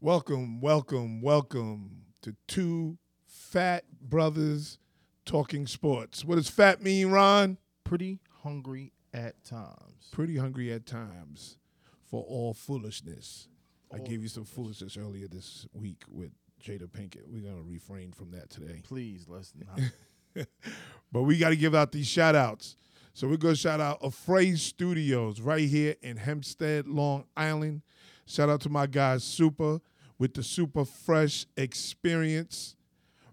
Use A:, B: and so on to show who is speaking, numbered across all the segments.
A: Welcome, welcome, welcome to two fat brothers talking sports. What does fat mean, Ron?
B: Pretty hungry at times.
A: Pretty hungry at times for all foolishness. I
B: All
A: gave you some foolishness earlier this week with Jada Pinkett. We're going to refrain from that today.
B: Please let's not.
A: But we got to give out these shout outs. So we're going to shout out Afraid Studios right here in Hempstead, Long Island. Shout out to my guy Super with the Super Fresh Experience.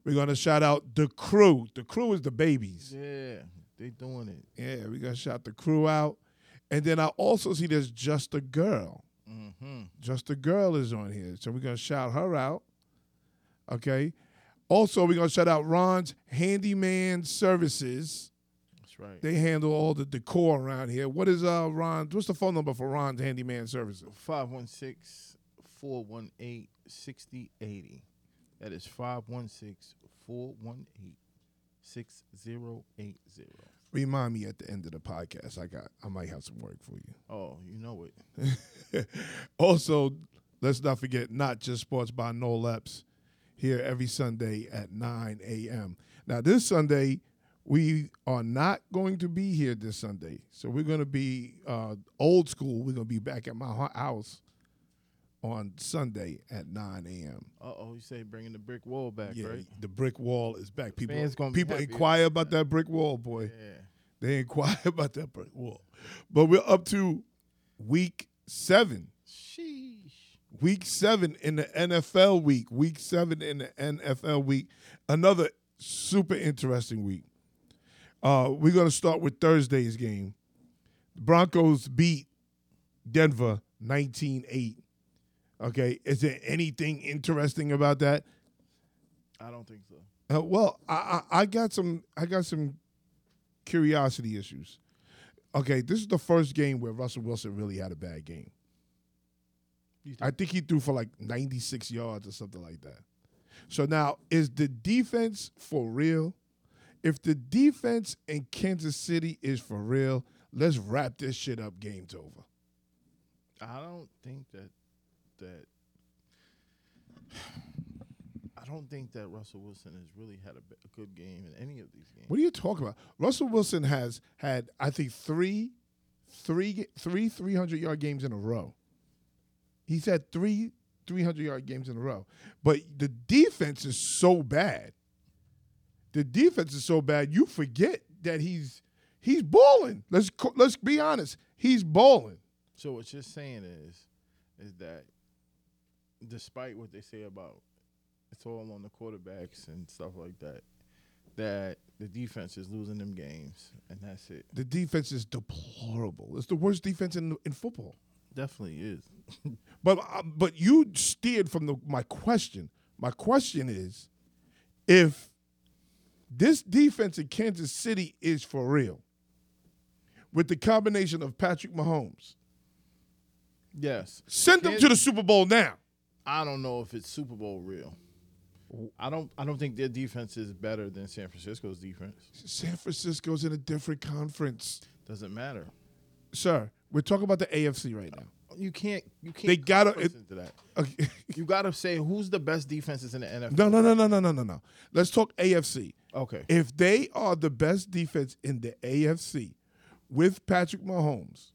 A: We're going to shout out The Crew. The Crew is the babies.
B: yeah, they doing it.
A: Yeah, we're going to shout The Crew out. And then I also see there's Just a Girl.
B: Mm-hmm.
A: Just a Girl is on here. So we're going to shout her out. Okay. Also, we're going to shout out Ron's Handyman Services.
B: That's right.
A: They handle all the decor around here. What is uh Ron? What's the phone number for Ron's Handyman Services?
B: 516-418-6080. That is 516-418-6080.
A: Remind me at the end of the podcast. I got. I might have some work for you.
B: Oh, you know it.
A: also, let's not forget not just sports by No Leps here every Sunday at 9 a.m. Now this Sunday. We are not going to be here this Sunday, so we're going to be uh, old school. We're going to be back at my hu- house on Sunday at 9 a.m.
B: Uh-oh, you say bringing the brick wall back, right?
A: The brick wall is back. People,
B: Fans gonna be
A: people
B: happy
A: inquire about that brick wall, boy.
B: Yeah.
A: They inquire about that brick wall. But we're up to week seven.
B: Sheesh.
A: Week seven in the NFL week. Week seven in the NFL week. Another super interesting week. Uh, we're gonna start with Thursday's game. The Broncos beat Denver 19-8. Okay, is there anything interesting about that?
B: I don't think so.
A: Uh, well, I, I I got some I got some curiosity issues. Okay, this is the first game where Russell Wilson really had a bad game.
B: You think-
A: I think he threw for like 96 yards or something like that. So now is the defense for real? If the defense in Kansas City is for real, let's wrap this shit up. Game's over.
B: I don't think that that I don't think that Russell Wilson has really had a, b- a good game in any of these games.
A: What are you talking about? Russell Wilson has had I think three, three, ga- three 300 yard games in a row. He's had three 300 yard games in a row, but the defense is so bad. The defense is so bad, you forget that he's he's balling. Let's co- let's be honest, he's balling.
B: So what you're saying is, is that despite what they say about it's all on the quarterbacks and stuff like that, that the defense is losing them games, and that's it.
A: The defense is deplorable. It's the worst defense in in football.
B: Definitely is.
A: But uh, but you steered from the my question. My question is, if this defense in Kansas City is for real, with the combination of Patrick Mahomes,
B: Yes,
A: send them to the Super Bowl now.
B: I don't know if it's Super Bowl real. I don't. I don't think their defense is better than San Francisco's defense.
A: San Francisco's in a different conference,
B: Doesn't matter.
A: sir. We're talking about the AFC right now.
B: You can't. You can't.
A: They gotta-
B: conference into that.
A: Okay.
B: You gotta say who's the best defenses in the NFL.
A: no, no, no, no, no, no, no, no. Let's talk AFC.
B: Okay.
A: If they are the best defense in the AFC with Patrick Mahomes,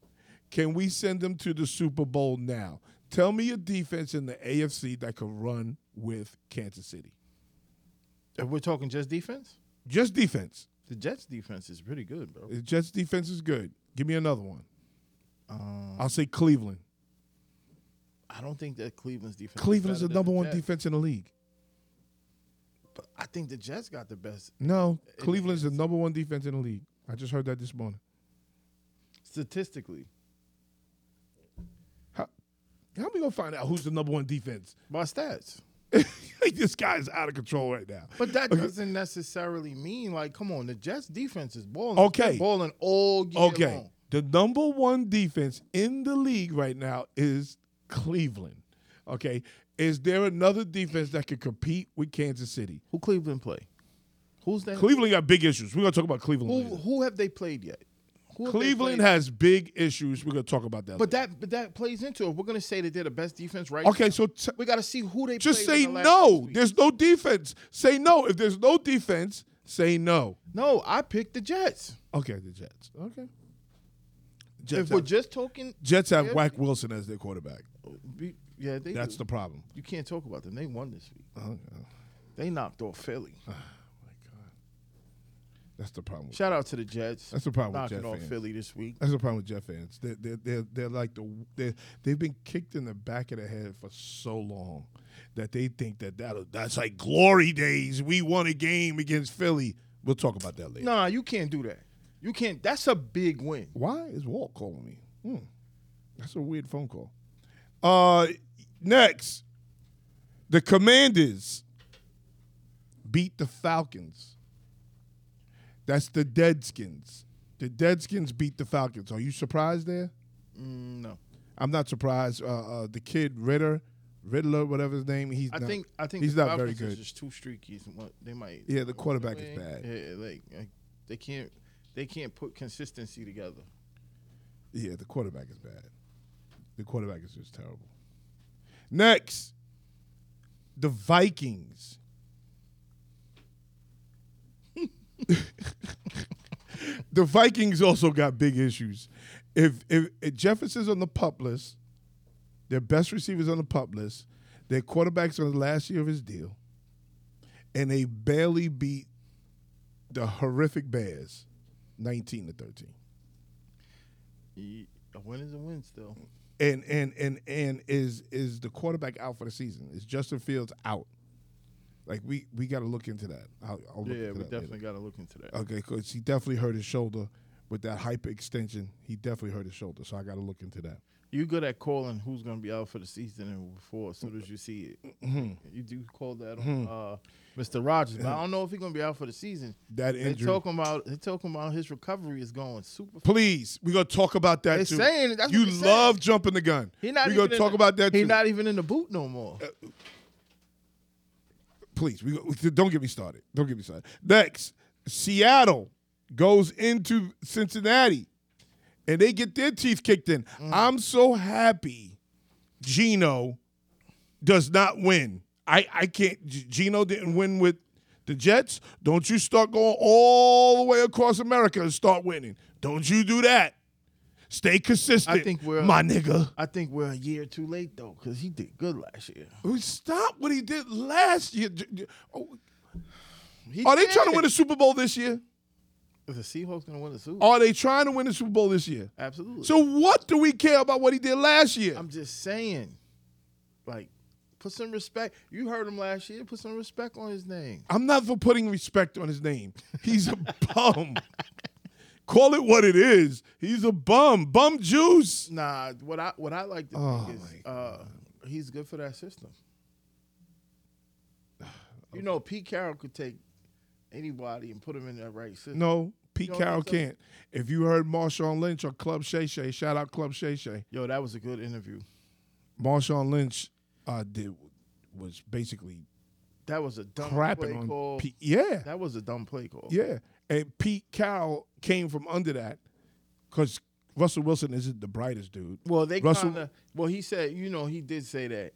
A: can we send them to the Super Bowl now? Tell me a defense in the AFC that can run with Kansas City.
B: If we're talking just defense,
A: Just defense.
B: the Jets defense is pretty good, bro.
A: The Jets defense is good. Give me another one.
B: Um,
A: I'll say Cleveland.
B: I don't think that Cleveland's defense.
A: Cleveland's
B: is
A: the
B: better than
A: number one
B: Jets,
A: defense in the league.
B: But I think the Jets got the best
A: No,
B: It
A: Cleveland's the
B: is.
A: number one defense in the league. I just heard that this morning.
B: statistically.
A: How are we gonna find out who's the number one defense?
B: By stats.
A: this guy's out of control right now.
B: But that doesn't necessarily mean like, come on, the Jets defense is balling.
A: Okay.
B: They're balling all year
A: Okay.
B: long.
A: The number one defense in the league right now is Cleveland. Okay. Is there another defense that could compete with Kansas City?
B: Who Cleveland play? Who's that?
A: Cleveland got big issues. We're gonna talk about Cleveland.
B: Who
A: later.
B: who have they played yet? Who have they
A: Cleveland
B: played?
A: has big issues. We're gonna talk about that.
B: But that but that plays into it. We're gonna say that they're the best defense right.
A: later. okay, so t-
B: we got to see who they
A: just
B: played
A: say
B: in the last six
A: no.
B: weeks.
A: There's no defense. Say no. If there's no defense, say no.
B: No, I picked the Jets.
A: Okay, the Jets. Okay.
B: If
A: Jets
B: we're
A: have,
B: just talking,
A: Jets have
B: Yeah.
A: Whack Wilson as their quarterback.
B: be- yeah, they
A: That's
B: do.
A: the problem.
B: you can't talk about them. They won this week.
A: Oh,
B: They knocked off Philly.
A: my God. That's the problem.
B: Shout out to the Jets.
A: That's the problem with
B: knocking
A: Jet
B: off
A: fans.
B: Philly this week.
A: That's the problem with Jet fans. They're, they're, they're, they're like the they're, they've been kicked in the back of the head for so long that they think that that'll, that's like glory days. We won a game against Philly. We'll talk about that later.
B: Nah, you can't do that. You can't. That's a big win.
A: Why is Walt calling me? Hmm. That's a weird phone call. Uh, next, the Commanders beat the Falcons. That's the Deadskins. The Deadskins beat the Falcons. Are you surprised there?
B: Mm, no,
A: I'm not surprised. Uh, uh, the kid Ritter, Riddler, whatever his name, he's
B: I
A: not-
B: think I think
A: he's
B: the
A: not very
B: Falcons is
A: good.
B: Just too streaky. It's what- They might.
A: Yeah, the quarterback is
B: Yeah,
A: bad.
B: Yeah, like, like they can't they can't put consistency together.
A: Yeah, the quarterback is bad. The quarterback is just terrible. Next, the Vikings. the Vikings also got big issues. If, if if Jefferson's on the pup list, their best receivers on the pup list, their quarterback's on the last year of his deal, and they barely beat the horrific Bears, nineteen to thirteen.
B: You- A win is a win still.
A: and and and and is is the quarterback out for the season? Is Justin Fields out? Like we we got to look into that. I'll, I'll look
B: Yeah,
A: into that
B: we
A: later.
B: definitely got to look into that.
A: Okay, because he definitely hurt his shoulder with that hyperextension. He definitely hurt his shoulder, so I got to look into that.
B: You good at calling who's going to be out for the season and before as soon as you see it.
A: Mm-hmm.
B: You do call that on uh, Mr. Rogers, but I don't know if he's going to be out for the season.
A: That
B: They
A: Mm-hmm. injury.
B: talking about they talking about his recovery is going super.
A: Please, we gonna talk about that
B: They're
A: too.
B: saying it, that's
A: you
B: what they
A: love jumping the gun.
B: He not
A: we
B: even
A: gonna
B: in
A: talk
B: the-
A: about that
B: He's
A: too. Uh,
B: not even in the boot no more.
A: Please, we, we- don't get me started. Don't get me started. Next, Seattle goes into Cincinnati, and they get their teeth kicked in. I'm so happy Gino does not win. I I can't. G- Gino didn't win with the Jets. Don't you start going all the way across America and start winning. Don't you do that. Stay consistent.
B: think we're-
A: my nigga.
B: I think we're a year too late though, because he did good last year.
A: Who Stop what he did last year. J- j- oh,
B: He
A: Are they
B: did.
A: trying to win a Super Bowl this year?
B: Is the Seahawks going to win the Super? Bowl?
A: Are they trying to win the Super Bowl this year?
B: Absolutely.
A: So what do we care about what he did last year?
B: I'm just saying, like, put some respect. You heard him last year. Put some respect on his name.
A: I'm not for putting respect on his name. He's a bum. Call it what it is. He's a bum. Bum juice.
B: Nah, what I what I like to
A: Oh,
B: think is
A: my
B: uh, he's good for that system. You know, Pete Carroll could take anybody and put him in that right system.
A: No, Pete
B: You don't
A: Carroll
B: think so?
A: can't. If you heard Marshawn Lynch on Club Shay Shay, shout out Club Shay Shay.
B: Yo, that was a good interview.
A: Marshawn Lynch uh, did was basically
B: That was a dumb play
A: crapping on
B: call.
A: Pete. Yeah.
B: That was a dumb play call.
A: Yeah, and Pete Carroll came from under that because Russell Wilson isn't the brightest dude.
B: Well, they
A: Russell-
B: kind of. Well, he said, you know, he did say that.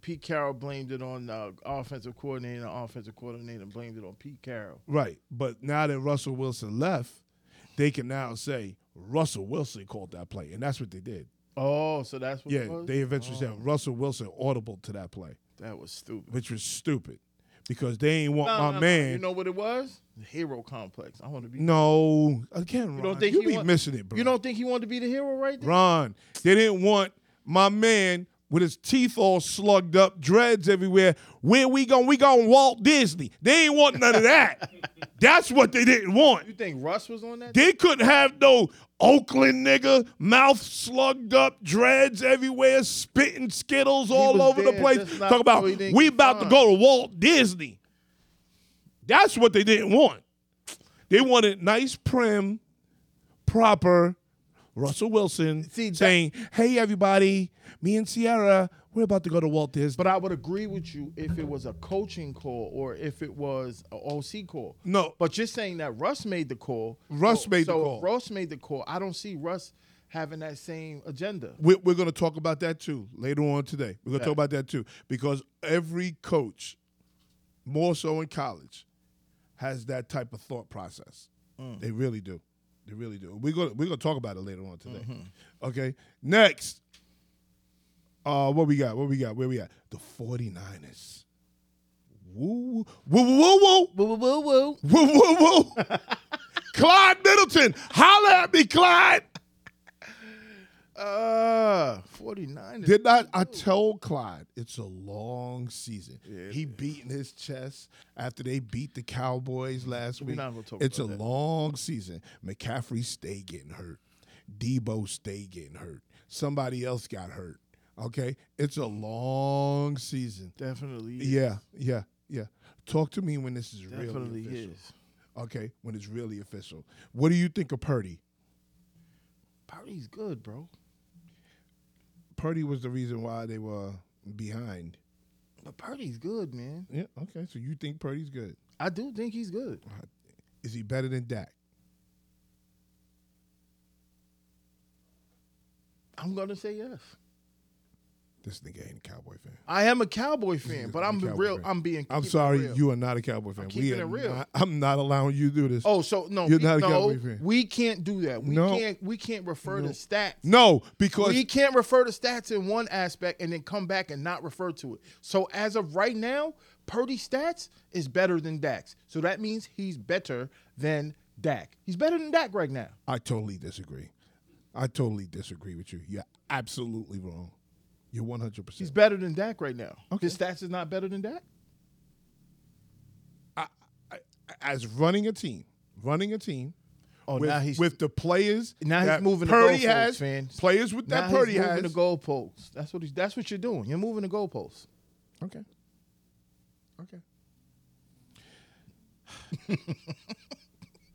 B: Pete Carroll blamed it on uh, offensive coordinator. The offensive coordinator blamed it on Pete Carroll.
A: Right, but now that Russell Wilson left, they can now say Russell Wilson called that play, and that's what they did.
B: Oh, so that's what. it
A: Yeah,
B: was?
A: they eventually
B: Oh,
A: said Russell Wilson audible to that play,
B: that was stupid.
A: which was stupid because they ain't want
B: No,
A: my
B: no, no.
A: man. Mm.
B: You know what it was? The hero complex. I want to be.
A: no, again, Ron, you,
B: don't think he
A: be
B: want-
A: missing it, bro.
B: You don't think he wanted to be the hero right there?
A: Ron, they didn't want my man with his teeth all slugged up, dreads everywhere. Where we going? We going Walt Disney. They ain't want none of that. That's what they didn't
B: You
A: want.
B: think Russ was on that?
A: They couldn't have no Oakland nigga, mouth slugged up, dreads everywhere, spitting skittles all
B: was
A: over the
B: there
A: place.
B: just not
A: Talk about
B: so he didn't
A: we
B: get
A: about to
B: fined.
A: go to Walt Disney. That's what they didn't want. They wanted nice, prim, proper Russell Wilson
B: See, that-
A: saying, "Hey everybody, me and Sierra, we're about to go to Walt Disney."
B: But I would agree with you if it was a coaching call or if it was an OC call.
A: No.
B: But just saying that Russ made the call.
A: Russ
B: so,
A: made the
B: so if
A: call.
B: Russ made the call. I don't see Russ having that same agenda.
A: We're, we're going to talk about that too later on today. We're going to
B: Yeah.
A: talk about that too because every coach, more so in college, has that type of thought process. They really do. They really do. We're going to we're going to talk about it later on today. Okay. Next. Uh, what we got? What we got? Where we at? The 49ers. Woo, woo, woo, woo, woo.
B: Woo woo woo woo.
A: Woo, woo, woo. Clyde Middleton. Holla at me, Clyde.
B: Uh, 49
A: Did not I told Clyde it's a long season.
B: Yeah.
A: he beating his chest after they beat the Cowboys last
B: Mm-hmm. We're
A: week.
B: not gonna talk
A: it's
B: about
A: a
B: that.
A: long season. McCaffrey stayed getting hurt. Debo stayed getting hurt. Somebody else got hurt. Okay? It's a long season.
B: Definitely.
A: Yeah, yeah, yeah. Talk to me when this is
B: Definitely
A: really official.
B: is.
A: Okay, when it's really official. What do you think of Purdy?
B: Purdy's good, bro.
A: Purdy was the reason why they were behind.
B: But Purdy's good, man.
A: Yeah, okay. So you think Purdy's good.
B: I do think he's good.
A: Is he better than Dak?
B: I'm gonna say yes.
A: This nigga ain't a Cowboy fan.
B: I am a Cowboy fan,
A: is
B: but
A: a
B: I'm
A: Cowboy
B: real.
A: fan.
B: I'm being.
A: I'm
B: keeping it
A: sorry,
B: real.
A: you are not a Cowboy fan.
B: keeping
A: are
B: it real.
A: Not, I'm not allowing you to do this.
B: Oh, so no,
A: You're
B: we-
A: not a
B: no,
A: Cowboy fan.
B: we can't do that. We
A: No.
B: can't. We can't refer to stats.
A: No, because
B: We can't refer to stats in one aspect and then come back and not refer to it. So as of right now, Purdy stats is better than Dax. So that means he's better than Dak. He's better than Dak right now.
A: I totally disagree. I totally disagree with you. You're absolutely wrong. You're 100.
B: He's
A: percent
B: better than Dak right now.
A: Okay.
B: His stats is not better than Dak.
A: As running a team, running a team
B: Oh,
A: with,
B: now he's
A: with the players.
B: now he's
A: that
B: moving the
A: Purdy
B: goalposts,
A: has
B: fans.
A: players with
B: now
A: that Purdy
B: he's moving
A: has.
B: the goalposts. That's what he's. That's what you're doing. You're moving the goalposts.
A: Okay. Okay.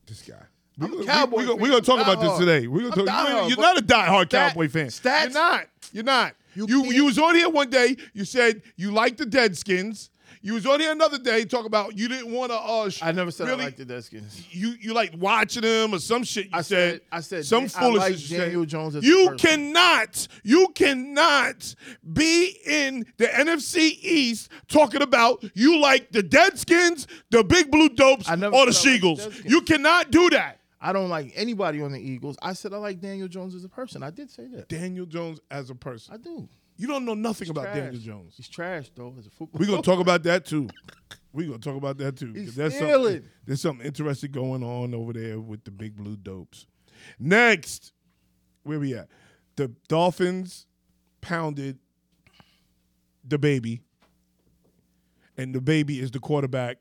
A: this guy. We're
B: a
A: gonna,
B: Cowboy
A: we, are
B: fan.
A: gonna, we gonna talk
B: I'm
A: about this
B: diehard.
A: today. We're
B: I'm
A: gonna talk.
B: diehard,
A: You,
B: but
A: are not a diehard
B: stat-
A: Cowboy fan.
B: stats-
A: You're not. You're not. You you,
B: can't-
A: was on here one day. You said you liked the Deadskins. You was on here another day talking about you didn't want to. Uh, sh-
B: I never said
A: really,
B: I liked the Deadskins.
A: You you liked watching them or some shit. You
B: I
A: said,
B: said- I said
A: some
B: Jan- I
A: foolishness.
B: like
A: you said.
B: Daniel Jones as a
A: You
B: person.
A: cannot you cannot be in the NFC East talking about you like the Deadskins, the Big Blue Dopes,
B: I
A: or
B: never
A: the
B: said I liked
A: Seagulls.
B: the Deadskins.
A: you cannot do that.
B: I don't like anybody on the Eagles. I said I like Daniel Jones as a person. I did say that.
A: Daniel Jones as a person.
B: I do.
A: You don't know nothing about
B: Trash.
A: Daniel Jones.
B: He's trash though as a football.
A: We're gonna talk about that too. We're gonna talk about that too. 'cause
B: He's
A: there's
B: stealing.
A: something there's something interesting going on over there with the Big Blue Dopes. Next, where we at? The Dolphins pounded the baby, and the baby is the quarterback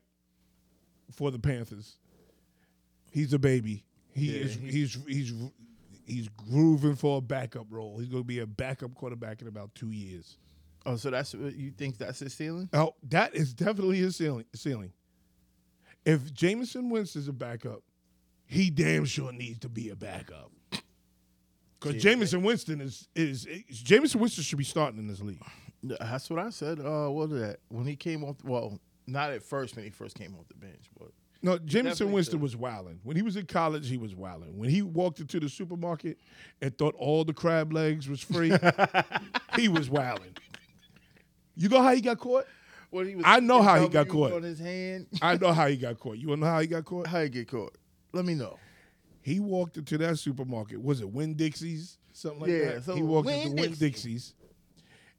A: for the Panthers. He's a baby. He
B: Yeah,
A: is. He's, he's he's grooving for a backup role. He's gonna be a backup quarterback in about two years.
B: Oh, so that's what you think that's his ceiling?
A: Oh, that is definitely his ceiling. Ceiling. If Jameson Winston's a backup, he damn sure needs to be a backup. Because
B: Yeah.
A: Jameson Winston is, is is Jameson Winston should be starting in this league.
B: That's what I said. Uh, what is that? When he came off, well, not at first when he first came off the bench, but
A: No, Jameson
B: definitely
A: Winston
B: should.
A: was wilding. When he was in college, he was wilding. When he walked into the supermarket and thought all the crab legs was free, he was wilding. You know how he got caught?
B: when he was,
A: I know how he
B: W
A: got caught.
B: on his hand.
A: I know how he got caught. You wanna know how he got caught?
B: How he get caught? Let me know.
A: He walked into that supermarket. Was it Winn Dixie's? Something like
B: Yeah,
A: that.
B: so
A: he walked into Winn
B: Winn-Dixie.
A: Dixie's,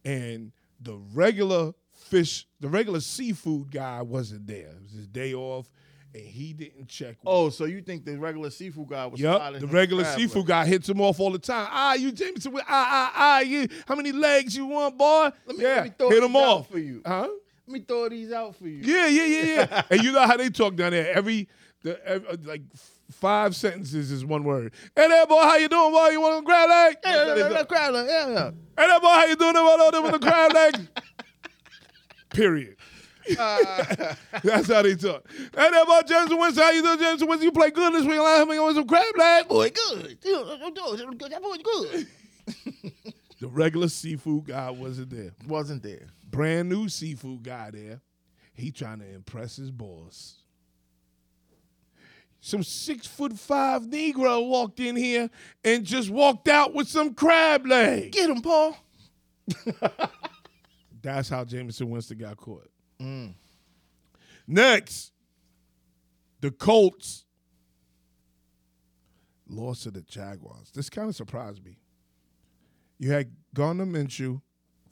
A: and the regular fish, the regular seafood guy wasn't there. It was his day off, and he didn't check.
B: Oh, so you think the regular seafood guy was
A: Yep,
B: sliding
A: the
B: him
A: regular
B: crab
A: seafood
B: legs?
A: guy hits him off all the time. Ah, you Jameson, with ah ah ah, you. How many legs you want, boy?
B: Let me-
A: yeah,
B: let me throw
A: hit
B: these
A: him
B: out
A: off
B: for you.
A: huh?
B: Let me throw these out for you.
A: Yeah, yeah, yeah, yeah. and you know how they talk down there. Every, the, ev uh, like f- five sentences is one word. Hey there, boy, how you doing, boy? You want to grab leg?
B: Yeah, yeah, yeah, crab leg, yeah, yeah.
A: Hey there, boy, how you doing? What up with the crab leg? Period. That's how they talk. Hey, there, about Jameson Winston. How you doing, Jameson Winston? You play good this week. Last week, on some crab last boy. Good.
B: that boy's good.
A: The regular seafood guy wasn't there.
B: Wasn't there.
A: Brand new seafood guy there. He trying to impress his boss. Some six foot five Negro walked in here and just walked out with some crab leg.
B: Get him, Paul.
A: That's how Jameson Winston got caught.
B: Mm.
A: Next, the Colts lost to the Jaguars. This kind of surprised me. You had Gardner Minshew,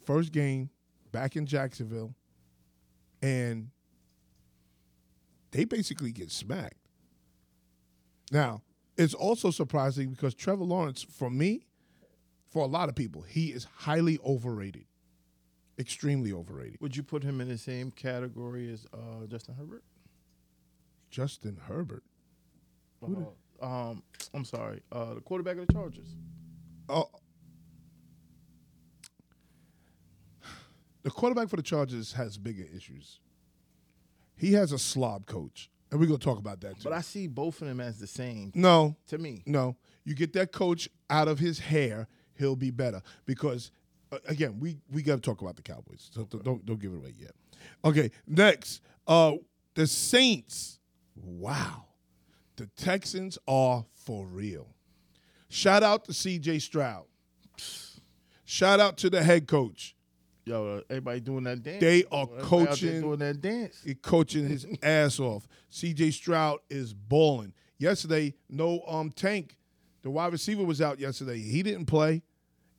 A: first game back in Jacksonville, and they basically get smacked. Now, it's also surprising because Trevor Lawrence, for me, for a lot of people, he is highly overrated, extremely overrated.
B: Would you put him in the same category as uh, Justin Herbert?
A: Justin Herbert.
B: Uh, um, I'm sorry. Uh, the quarterback of the Chargers.
A: Oh. The quarterback for the Chargers has bigger issues. He has a slob coach, and we're gonna talk about that too.
B: But I see both of them as the same
A: no,
B: to me.
A: no, you get that coach out of his hair, he'll be better. Because uh, again, we we gotta talk about the Cowboys. So don't- don't don't give it away yet. Okay, next, uh, the Saints. Wow, the Texans are for real. Shout out to C.J. Stroud. Shout out to the head coach.
B: Yo, uh, everybody doing that dance.
A: They are
B: Everybody out there
A: coaching-
B: doing that dance.
A: He coaching his ass off. CJ Stroud is balling. Yesterday, no um tank. The wide receiver was out yesterday. He didn't play,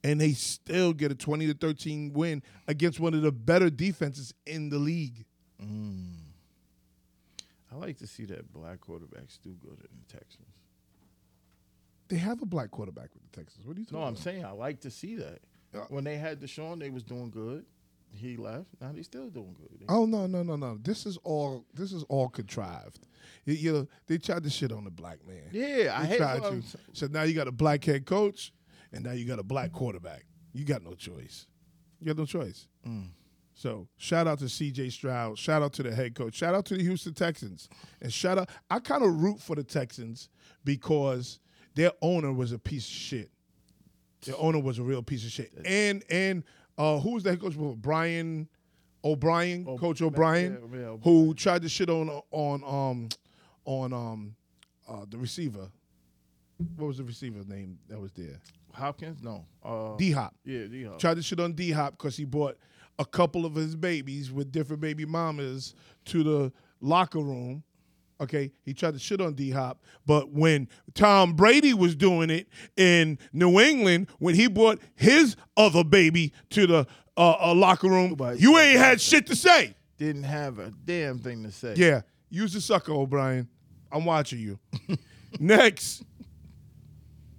A: and they still get a twenty to thirteen win against one of the better defenses in the league.
B: I like to see that black quarterbacks do good in the Texans.
A: They have a black quarterback with the Texans. What are you talking
B: No, I'm
A: about?
B: saying I like to see that.
A: Yeah.
B: When they had Deshaun, they was doing good. He left. Now they still doing good. They-
A: Oh no no no no! This is all this is all contrived. You- You know they tried to shit on the black man.
B: yeah, I um,
A: They
B: hate.
A: tried
B: what I'm
A: to.
B: s-
A: So now you got a black head coach, and now you got a black quarterback. You got no choice. You got no choice.
B: Mm.
A: So shout out to C.J. Stroud. Shout out to the head coach. Shout out to the Houston Texans. And shout out. I kind of root for the Texans because their owner was a piece of shit. Their owner was a real piece of shit. And and uh, who was the head coach? before? Brian O'Brien,
B: Oh,
A: Coach
B: yeah,
A: O'Brien,
B: yeah, O'Brien.
A: who tried to shit on on um on um uh, the receiver. What was the receiver's name that was there?
B: Hopkins? No. Uh,
A: D Hop.
B: yeah, D Hop.
A: Tried to shit on D Hop because he brought a couple of his babies with different baby mamas to the locker room. Okay, he tried to shit on D Hop, but when Tom Brady was doing it in New England, when he brought his other baby to the uh, uh, locker room,
B: Nobody
A: you
B: said
A: ain't had shit to say.
B: Didn't have a damn thing to say.
A: Yeah, use the sucker, O'Brien. I'm watching you. Next,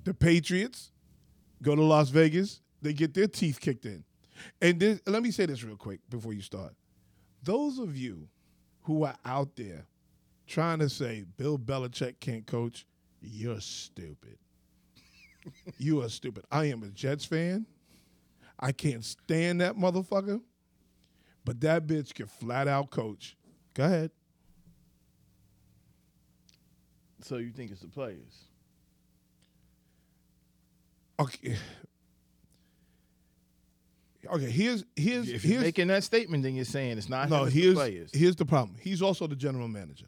A: the Patriots go to Las Vegas. They get their teeth kicked in. And this, let me say this real quick before you start. Those of you who are out there trying to say Bill Belichick can't coach, you're stupid. you are stupid. I am a Jets fan. I can't stand that motherfucker. But that bitch can flat out coach. Go ahead.
B: So you think it's the players?
A: Okay. Okay, here's here's
B: If you're
A: here's
B: making that statement, then you're saying it's not
A: no
B: him, it's the
A: here's
B: players.
A: here's the problem. He's also the general manager,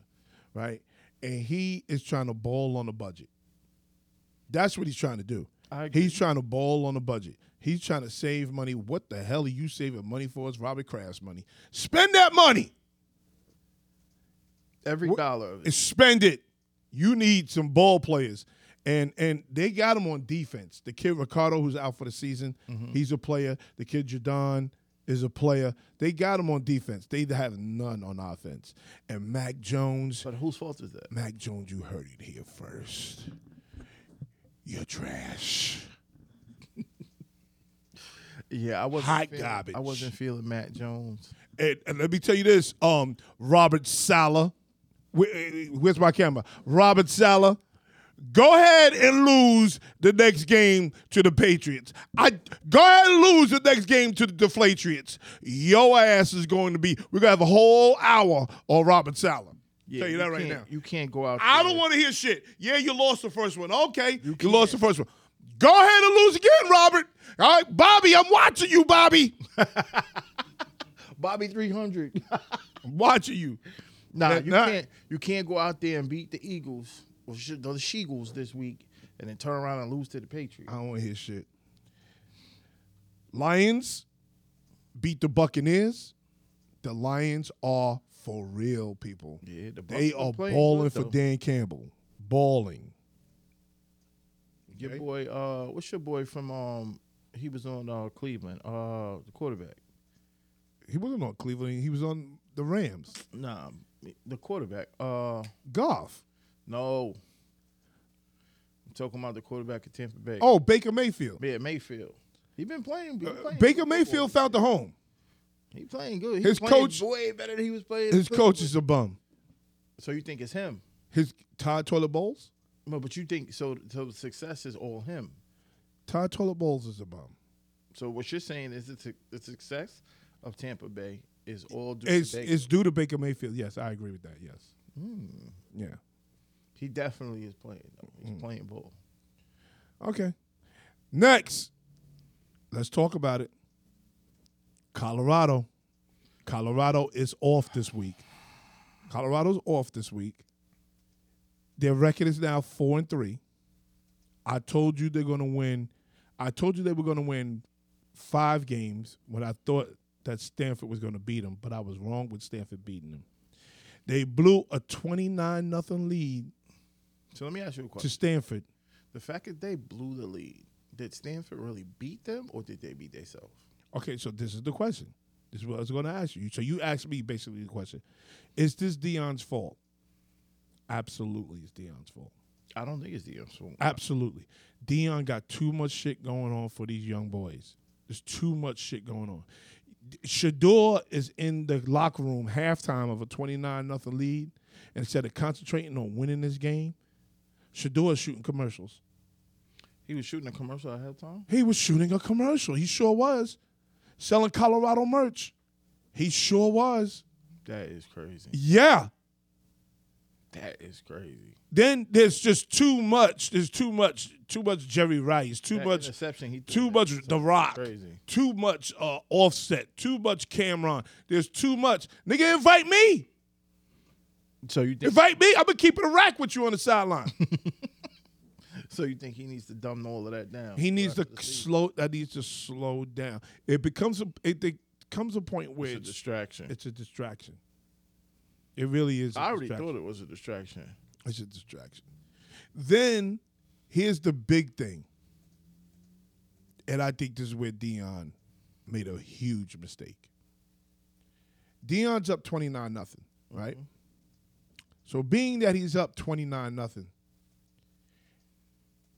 A: right? And he is trying to ball on the budget. That's what he's trying to do.
B: I agree.
A: He's trying to ball on the budget. He's trying to save money. What the hell are you saving money for? It's Robert Kraft's money. Spend that money.
B: Every
A: Wh-
B: dollar of it.
A: and spend it. You need some ball players. And and they got him on defense. The kid Ricardo, who's out for the season, he's a player. The kid Jadon is a player. They got him on defense. They have none on offense. And Mac Jones,
B: But whose fault is that?
A: Mac Jones, you heard it here first. You're trash.
B: Yeah, I wasn't
A: Hot
B: feeling,
A: garbage.
B: I wasn't feeling Matt Jones.
A: And, and let me tell you this, eh, um, Robert Sala. Where- where's my camera? Robert Sala. Go ahead and lose the next game to the Patriots. I go ahead and lose the next game to the Deflatriots. Your ass is going to be. We're gonna have a whole hour on Robert Sala. Tell you that right
B: can't-
A: now.
B: You can't go out.
A: I
B: there.
A: don't want to hear shit. Yeah, you lost the first one. Okay, you,
B: can't.
A: lost the first one. Go ahead and lose again, Robert. All right, Bobby, I'm watching you, Bobby.
B: Bobby three hundred.
A: I'm watching you.
B: Nah,
A: That-
B: you
A: nah.
B: can't. You can't go out there and beat the Eagles or sh- the Sheagles this week, and then turn around and lose to the Patriots.
A: I don't want to hear shit. Lions beat the Buccaneers. The Lions are for real, people.
B: Yeah, the
A: They
B: Bucs
A: are
B: playing
A: balling
B: good,
A: for
B: though.
A: Dan Campbell. Balling.
B: Your boy, uh, what's your boy from? Um, he was on uh Cleveland. Uh, the quarterback.
A: He wasn't on Cleveland. He was on the Rams.
B: Nah, the quarterback. Uh,
A: Goff.
B: no. I'm talking about the quarterback of Tampa Bay.
A: Oh, Baker Mayfield. Uh,
B: yeah, Mayfield. He been playing. He playing
A: Baker
B: good
A: Mayfield
B: football.
A: found the home.
B: He playing good. He
A: his
B: playing
A: coach-
B: way better than he was playing. in
A: His
B: Cleveland.
A: coach is a bum.
B: So you think it's him?
A: His Todd Toilet Bowls.
B: No, but you think so? So the success is all him.
A: Todd Toilet Bowls is a bum.
B: So what you're saying is it's a, the success of Tampa Bay is all due
A: It's
B: to Baker. Hmm.
A: it's due to Baker Mayfield. Yes, I agree with that. Yes. Yeah.
B: he definitely is playing. Though.
A: Hmm.
B: He's playing ball.
A: Okay. Next, let's talk about it. Colorado. Colorado is off this week. Colorado's off this week. Their record is now four and three. I told you they're gonna win. I told you they were gonna win five games when I thought that Stanford was gonna beat them, but I was wrong with Stanford beating them. They blew a twenty nine nothing lead
B: So let me ask you a
A: to
B: question:
A: Stanford.
B: The fact that they blew the lead, did Stanford really beat them, or did they beat themselves?
A: Okay, so this is the question. This is what I was going to ask you. So you asked me basically the question: Is this Dion's fault? Absolutely, it's Dion's fault.
B: I don't think it's the fault.
A: Absolutely, Dion got too much shit going on for these young boys. There's too much shit going on. Shador is in the locker room halftime of a 29 nothing lead, and instead of concentrating on winning this game, Shador is shooting commercials.
B: He was shooting a commercial at halftime.
A: He was shooting a commercial. He sure was selling Colorado merch. He sure was.
B: That is crazy.
A: Yeah.
B: That is crazy.
A: Then there's just too much. There's too much. Too much Jerry Rice. Too
B: That
A: much.
B: interception. He threw
A: Too
B: that
A: much
B: was
A: The Rock.
B: Crazy.
A: Too much uh, Offset. Too much Cameron. There's too much. Nigga, invite me.
B: So you think?
A: Invite me. I'm gonna keep it a rack with you on the sideline.
B: so you think he needs to dumb all of that down?
A: he needs to
B: That's the season.
A: slow. That needs to slow down. It becomes a. It becomes a point where
B: It's a
A: it's,
B: distraction.
A: it's a distraction. It really is. a
B: I already
A: distraction.
B: thought it was a distraction.
A: It's a distraction. Then here's the big thing. And I think this is where Dion made a huge mistake. Dion's up 29 nothing, right? So being that he's up 29 nothing,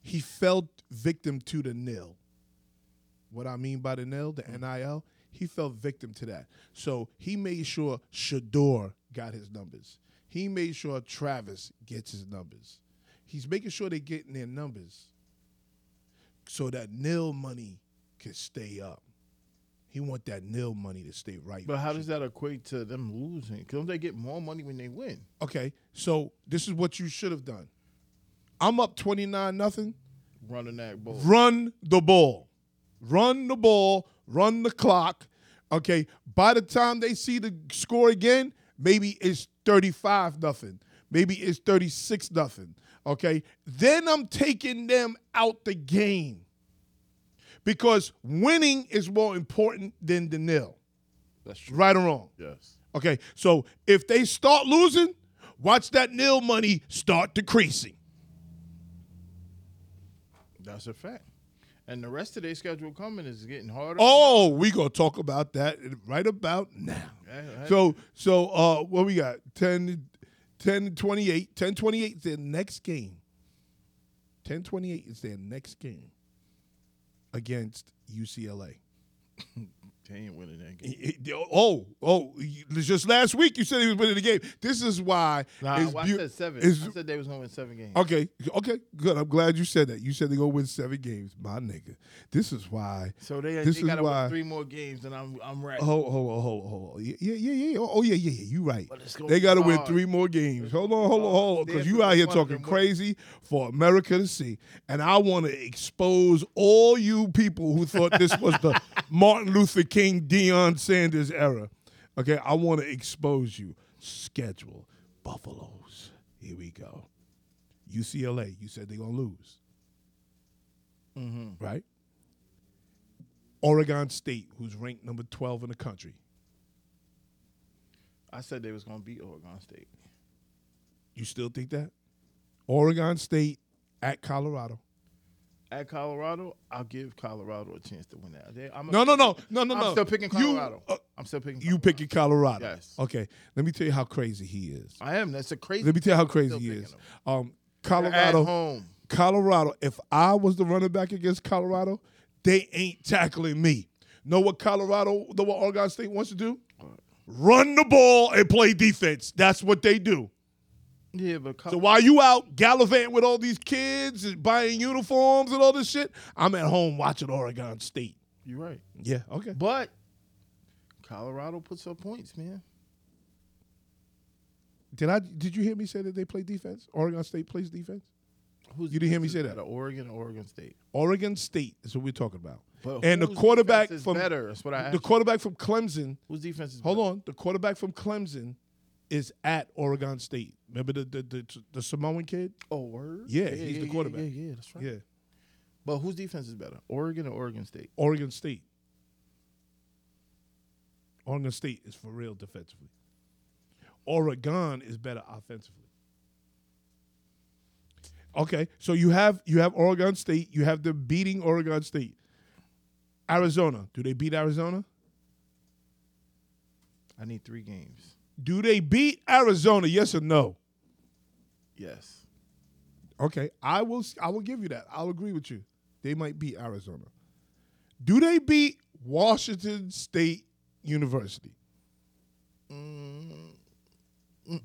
A: he fell victim to the nil. What I mean by the nil, the NIL, he fell victim to that. So he made sure Shador got his numbers. He made sure Travis gets his numbers. He's making sure they're getting their numbers so that nil money can stay up. He want that nil money to stay right.
B: But how does that equate to them losing? 'Cause Don't they get more money when they win?
A: Okay, so this is what you should have done. I'm up 29 nothing.
B: Running that ball.
A: Run the ball. Run the ball, run the clock. Okay, by the time they see the score again, maybe it's 35 nothing. Maybe it's 36 nothing. Okay? Then I'm taking them out the game. Because winning is more important than the nil.
B: That's true.
A: Right or wrong?
B: Yes.
A: Okay, so if they start losing, watch that nil money start decreasing.
B: That's a fact. And the rest of their schedule coming is getting harder.
A: Oh, we gonna talk about that right about now.
B: Yeah,
A: So so uh what we got? 10 10 28. 10 28 is their next game. 10 28 is their next game against UCLA.
B: They ain't winning that game.
A: He- he- Oh, oh! you- Just last week you said he was winning the game. This is why.
B: Nah,
A: it's
B: well, I
A: beau-
B: said seven.
A: it's-
B: I said they was gonna win seven games.
A: Okay, okay, good. I'm glad you said that. You said they're gonna win seven games, my nigga. This is why.
B: So they,
A: This
B: they
A: is
B: gotta
A: why-
B: win three more games, and I'm I'm right.
A: Hold, hold on, hold on, hold on. Yeah, yeah, yeah, yeah. Oh, yeah, yeah, yeah. You right.
B: But it's gonna
A: They
B: be
A: got to win
B: hard.
A: three more games. Hold on, hold on,
B: hard.
A: hold on.
B: They
A: Because
B: have
A: Oh, you
B: to
A: out
B: win
A: here
B: one of
A: talking
B: them.
A: crazy for America to see. And I want to expose all you people who thought this was the Martin Luther King, Deion Sanders era. Okay, I want to expose you. Schedule Buffaloes. Here we go. UCLA, you said they're going to lose.
B: Mm-hmm.
A: Right? Oregon State, who's ranked number 12 in the country.
B: I said they was gonna beat Oregon State.
A: You still think that? Oregon State at Colorado.
B: At Colorado, I'll give Colorado a chance to win that. They, I'm a-
A: No, no, no, no, no,
B: I'm
A: no.
B: still picking
A: You-
B: Colorado.
A: uh,
B: I'm still picking.
A: You
B: Colorado.
A: picking Colorado?
B: Yes.
A: Okay. Let me tell you how crazy he is.
B: I am. That's a crazy.
A: Let me tell you how crazy
B: still
A: he
B: picking
A: is.
B: them.
A: Um,
B: They're at
A: Colorado,
B: home.
A: Colorado. If I was the running back against Colorado, they ain't tackling me. Know what Colorado? Know what Oregon State wants to do? Run the ball and play defense. That's what they do.
B: Yeah, but Col-
A: So while you out gallivanting with all these kids and buying uniforms and all this shit, I'm at home watching Oregon State.
B: you're right.
A: Yeah, okay.
B: But Colorado puts up points, man.
A: Did I did you hear me say that they play defense? Oregon State plays defense?
B: Who's
A: You didn't hear me
B: who's
A: say that.
B: better, Oregon, or Oregon State.
A: Oregon State is what we're talking about.
B: But
A: and the
B: whose
A: quarterback
B: defense is
A: from
B: better. That's what I
A: the
B: asked.
A: quarterback from Clemson,
B: Whose defense is
A: hold
B: better?
A: on, the quarterback from Clemson is at Oregon State. Remember the the, the, the Samoan kid?
B: Oh, word.
A: Yeah, he's the quarterback.
B: Yeah, yeah, that's right.
A: Yeah.
B: But whose defense is better, Oregon or Oregon State?
A: Oregon State. Oregon State is for real defensively. Oregon is better offensively. Okay, so you have you have Oregon State, you have them beating Oregon State. Arizona, do they beat Arizona?
B: I need three games.
A: Do they beat Arizona? Yes or no?
B: Yes.
A: Okay, I will s- I will give you that. I'll agree with you. They might beat Arizona. Do they beat Washington State University?
B: Mm,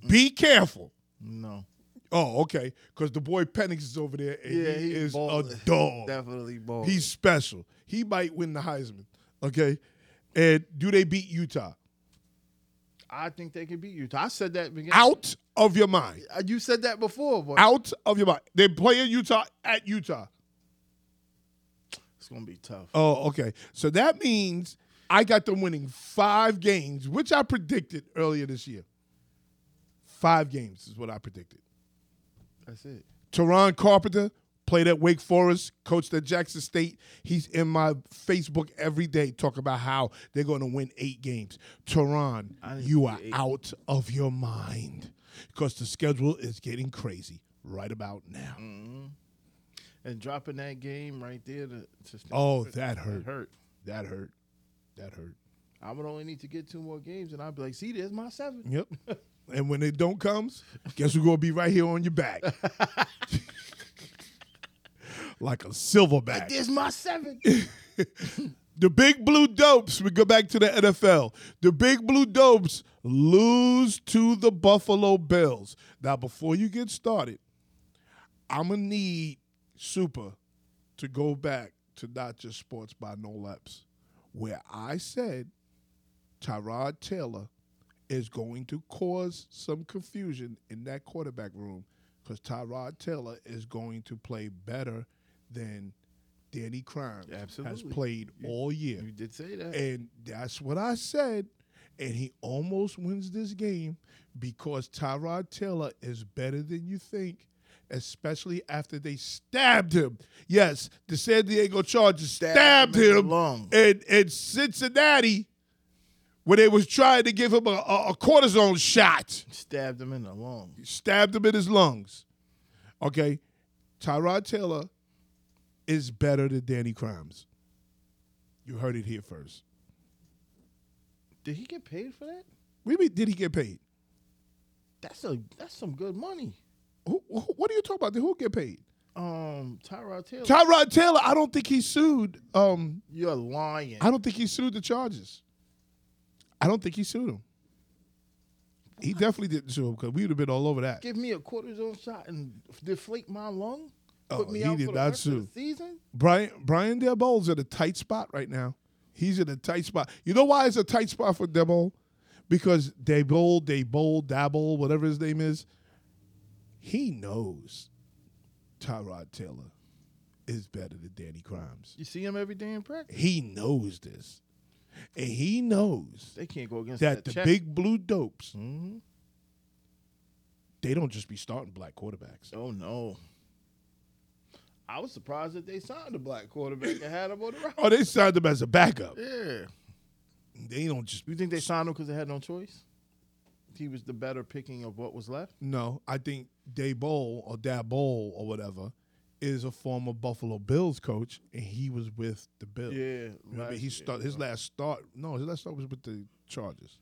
A: Be careful.
B: No.
A: Oh, okay. Because the boy Penix is over there, and
B: Yeah,
A: he
B: he's
A: is
B: balling.
A: a dog.
B: Definitely ball.
A: He's special. He might win the Heisman. Okay, and do they beat Utah?
B: I think they can beat Utah. I said that. Beginning.
A: Out of your mind.
B: Uh, You said that before, but
A: Out of your mind. They play in Utah at Utah.
B: it's gonna be tough.
A: Oh, okay. So that means I got them winning five games, which I predicted earlier this year. Five games is what I predicted.
B: That's it.
A: Teron Carpenter played at Wake Forest, coached at Jackson State. He's in my Facebook every day talking about how they're going to win eight games. Teron,
B: I didn't
A: you
B: see
A: are
B: eight.
A: out of your mind because the schedule is getting crazy right about now.
B: Mm. And dropping that game right there to, to Stanford,
A: Oh, that
B: that
A: hurt.
B: hurt.
A: That hurt. That hurt.
B: I would only need to get two more games, and I'd be like, "See, there's my seven.
A: Yep. And when it don't comes, guess who's gonna be right here on your back, like a silverback.
B: There's my seven.
A: The big blue dopes. We go back to the NFL. The big blue dopes lose to the Buffalo Bills. Now, before you get started, I'm gonna need Super to go back to not just sports by no laps, where I said Tyrod Taylor is going to cause some confusion in that quarterback room because Tyrod Taylor is going to play better than Danny Crimes has
B: Absolutely.
A: played all year.
B: you did say that.
A: And that's what I said. And he almost wins this game because Tyrod Taylor is better than you think, especially after they stabbed him. Yes, the San Diego Chargers stabbed,
B: in the
A: him
B: lung.
A: in, in Cincinnati when they was trying to give him a, a, a cortisone shot.
B: Stabbed him in the lung.
A: Stabbed him in his lungs. Okay, Tyrod Taylor is better than Danny Crimes. You heard it here first.
B: Did he get paid for that?
A: What do you mean, did he get paid?
B: That's a that's some good money.
A: Who, who- what are you talking about? Who get paid?
B: um Tyrod Taylor.
A: Tyrod Taylor, I don't think he sued. Um,
B: You're lying.
A: I don't think he sued the Chargers. I don't think he sued him. He definitely didn't sue him because we would have been all over that.
B: Give me a cortisone shot and deflate my lung.
A: Oh,
B: Put me
A: he
B: out
A: did
B: for the
A: not
B: rest of
A: sue.
B: the season.
A: Brian Brian Debo's in a tight spot right now. He's in a tight spot. You know why it's a tight spot for Debo? Because Debo, Debo, Dabble, whatever his name is, he knows Tyrod Taylor is better than Danny Crimes.
B: You see him every day in practice.
A: He knows this. And he knows
B: They can't go against
A: that
B: that,
A: the
B: check.
A: big blue dopes,
B: hmm
A: they don't just be starting black quarterbacks.
B: Oh no. I was surprised that they signed a black quarterback and had him on the roster.
A: Oh, they signed him as a backup.
B: Yeah.
A: They don't just
B: You think they signed him because they had no choice? He was the better picking of what was left.
A: No, I think Dabo or Dabo or whatever is a former Buffalo Bills coach, and he was with the Bills.
B: Yeah,
A: Remember,
B: last
A: he
B: year,
A: start his
B: bro.
A: last start. No, his last start was with the Chargers,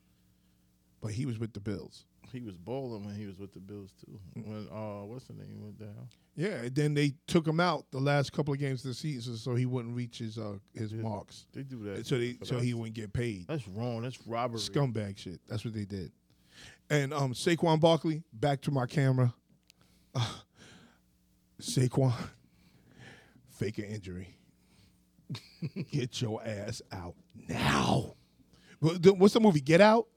A: but he was with the Bills.
B: He was bowling when he was with the Bills too.
A: Mm-hmm.
B: When uh, what's the name went down?
A: Yeah, and then they took him out the last couple of games of the season, so he wouldn't reach his uh, his
B: Yeah.
A: marks,
B: They do that.
A: so they
B: for
A: so
B: that.
A: he wouldn't get paid.
B: That's wrong. That's robbery.
A: Scumbag shit. That's what they did. And um, Saquon Barkley, back to my camera. Uh, Saquon, fake an injury. Get your ass out now. Wha- the- What's the movie? Get Out.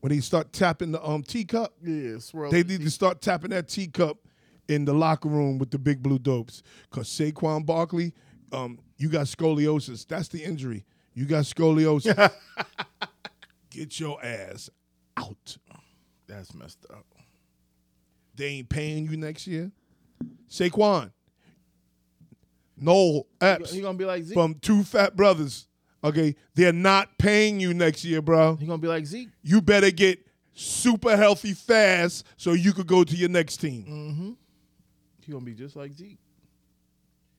A: When they start tapping the um teacup,
B: Yeah, swirl.
A: they need to start tapping that teacup in the locker room with the big blue dopes. Cause Saquon Barkley, um, you got scoliosis. That's the injury. You got scoliosis. Get your ass out.
B: That's messed up.
A: They ain't paying you next year. Saquon, Noel Epps
B: He gonna be like Zeke.
A: from Two Fat Brothers. Okay, they're not paying you next year, bro.
B: he gonna be like Zeke.
A: You better get super healthy fast so you could go to your next team.
B: Mm-hmm. He gonna be just like Zeke.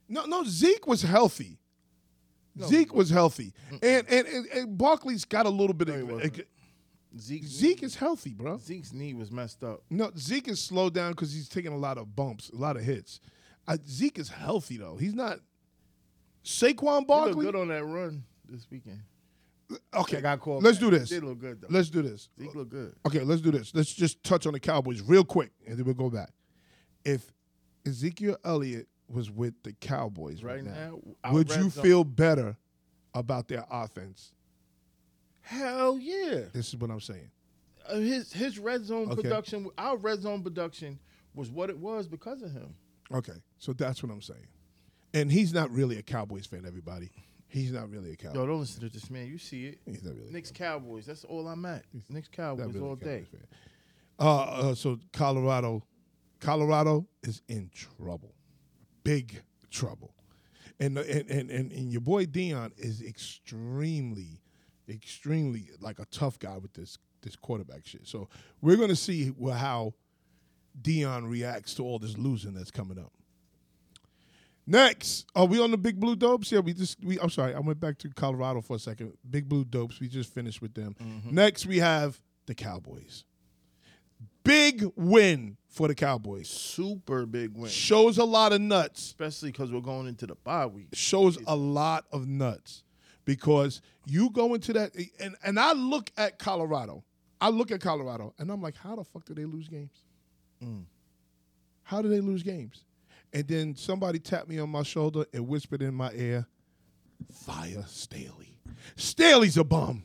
A: No, no, Zeke was healthy.
B: No, he
A: Zeke was healthy, and and and, and Barkley's got a little bit
B: No, he
A: of
B: wasn't. Zeke.
A: Zeke is healthy, bro.
B: Zeke's knee was messed up.
A: No, Zeke is slowed down because he's taking a lot of bumps, a lot of hits. Uh, Zeke is healthy though. He's not Saquon
B: He
A: Barkley.
B: looked good on that run this weekend.
A: Okay,
B: That got called.
A: Let's
B: back.
A: do this.
B: He did look good though.
A: let's do this.
B: Zeke looked good.
A: Okay, let's do this. Let's just touch on the Cowboys real quick, and then we'll go back. If Ezekiel Elliott was with the Cowboys right,
B: Right now, our
A: would
B: red
A: you
B: zone-
A: feel better about their offense?
B: Hell yeah.
A: This is what I'm saying.
B: Uh, His his red zone
A: Okay.
B: production, our red zone production was what it was because of him.
A: Okay, so that's what I'm saying. And he's not really a Cowboys fan, everybody. He's not really a Cowboy.
B: Yo, don't listen to this man. You see it.
A: he's not really.
B: Knicks Cowboys. That's all I'm at. Knicks
A: not
B: Cowboys
A: really a
B: all
A: Cowboys
B: day.
A: fan. Uh, uh, so Colorado, Colorado is in trouble, big trouble, and and and and, and your boy Dion is extremely, extremely like a tough guy with this this quarterback shit. So we're gonna see wh- how Dion reacts to all this losing that's coming up. Next, are we on the Big Blue Dopes? Yeah, we just we. I'm sorry, I went back to Colorado for a second. Big Blue Dopes. We just finished with them. Next, we have the Cowboys. Big win for the Cowboys.
B: Super big win,
A: Shows a lot of nuts.
B: especially because we're going into the bye week.
A: Shows a lot of nuts because you go into that and and I look at Colorado. I look at Colorado and I'm like, how the fuck do they lose games?
B: Mm.
A: How do they lose games? And then somebody tapped me on my shoulder and whispered in my ear, "Fire Staley. Staley's a bum."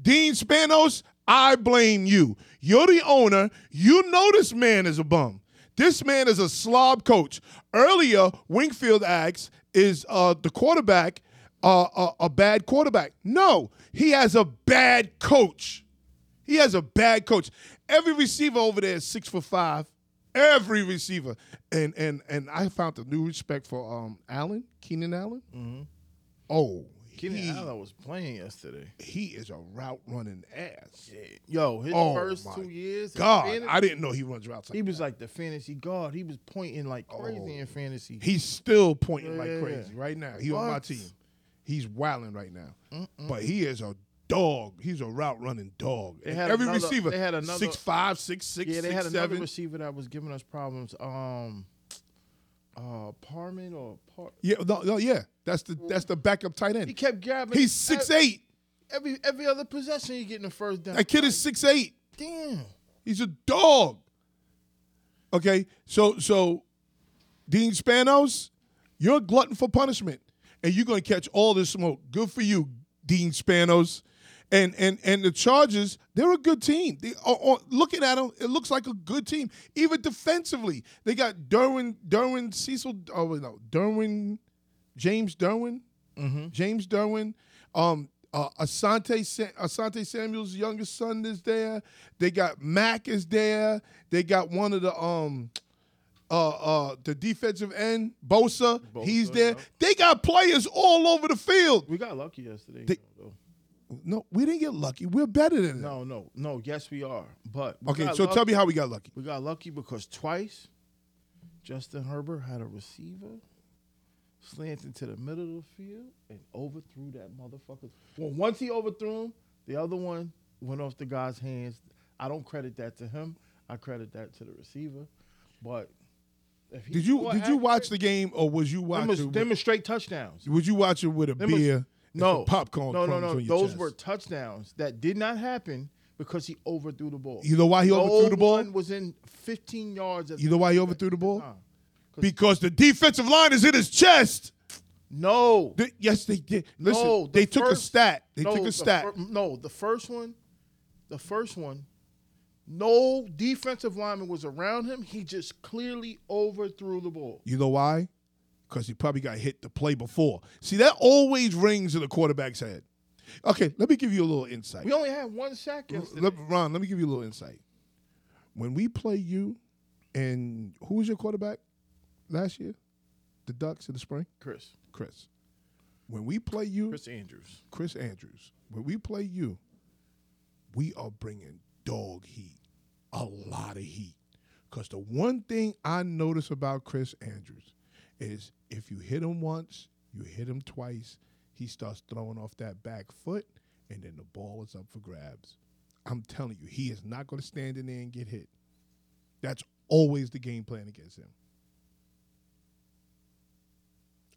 A: Dean Spanos, I blame you. You're the owner. You know this man is a bum. This man is a slob coach. Earlier, Wingfield acts is uh, the quarterback uh, a, a bad quarterback? No, he has a bad coach. He has a bad coach. Every receiver over there is six foot five. Every receiver, and and and I found a new respect for um Allen, Keenan Allen.
B: Mhm.
A: Oh,
B: Keenan
A: he,
B: Allen was playing yesterday.
A: he is a route running ass.
B: Yo, his
A: Oh
B: first
A: my
B: two years, in
A: God,
B: fantasy,
A: I didn't know he runs routes. Like
B: he was like the fantasy guard. He was pointing like crazy
A: Oh.
B: in fantasy.
A: He's still pointing
B: Yeah,
A: like
B: yeah,
A: crazy right now. He on my
B: What?
A: team. He's wilding right now. But he is a dog. He's a route running dog.
B: They
A: And
B: had
A: every
B: another-
A: receiver
B: they had another-
A: six five, six six,
B: yeah, they
A: six,
B: had another
A: seven.
B: receiver that was giving us problems. Um, uh, Parman or Par.
A: Yeah, no, no, yeah. That's the that's the backup tight
B: He
A: end.
B: kept grabbing. e-,
A: He's six eight.
B: Every every other possession, he getting a first down.
A: That kid is six eight.
B: damn.
A: He's a dog. Okay, so so Dean Spanos, you're a glutton for punishment, and you're gonna catch all this smoke. Good for you, Dean Spanos. And and and the Chargers, they're a good team. They, o- o- looking at them, it looks like a good team. Even defensively, they got Derwin Derwin Cecil. Oh wait, no, Derwin James Derwin.
B: Mm-hmm.
A: James Derwin, um, uh, Asante Sa- Asante Samuel's youngest son is there. They got Mac is there. They got one of the um, uh, uh, the defensive end Bosa. he's
B: Bosa,
A: there.
B: yeah.
A: They got players all over the field.
B: We got lucky yesterday.
A: They-
B: though.
A: No, we didn't get lucky. We're better than them.
B: No, no, no. Yes, we are. But we
A: Okay,
B: got
A: so
B: lucky.
A: tell me how we got lucky.
B: we got lucky because twice Justin Herbert had a receiver slant into the middle of the field and overthrew that motherfucker. Well, once he overthrew him, the other one went off the guy's hands. I don't credit that to him. I credit that to the receiver. But if he
A: Did you
B: scored
A: did you watch
B: accurate-
A: the game or was you
B: them was,
A: watching?
B: them
A: With,
B: was straight touchdowns?
A: would you watch it with a
B: them was-
A: beer? and
B: No
A: some popcorn.
B: No, no,
A: crumbs
B: no.
A: on your
B: Those
A: chest?
B: were touchdowns that did not happen because he overthrew the ball.
A: You know why he
B: No
A: overthrew the ball?
B: one was in 15 yards. At
A: You
B: the
A: know why he overthrew the ball?
B: time.
A: Because the defensive line is in his chest.
B: No.
A: Th- yes, they did. Listen,
B: No, Oh, the
A: they took a
B: first-
A: stat. They
B: no,
A: took
B: the
A: a stat.
B: fir- no, the first one, the first one, no defensive lineman was around him. He just clearly overthrew the ball.
A: you know why? Because he probably got hit the play before. See, that always rings in the quarterback's head. Okay, let me give you a little insight.
B: We only had one sack
A: L-
B: yesterday.
A: let- Ron, let me give you a little insight. When we play you, and who was your quarterback last year? The Ducks in the spring?
B: Chris,
A: Chris. When we play you,
B: Chris Andrews.
A: Chris Andrews, when we play you, we are bringing dog heat, a lot of heat. Because the one thing I notice about Chris Andrews is if you hit him once, you hit him twice, he starts throwing off that back foot, and then the ball is up for grabs. I'm telling you, he is not going to stand in there and get hit. That's always the game plan against him.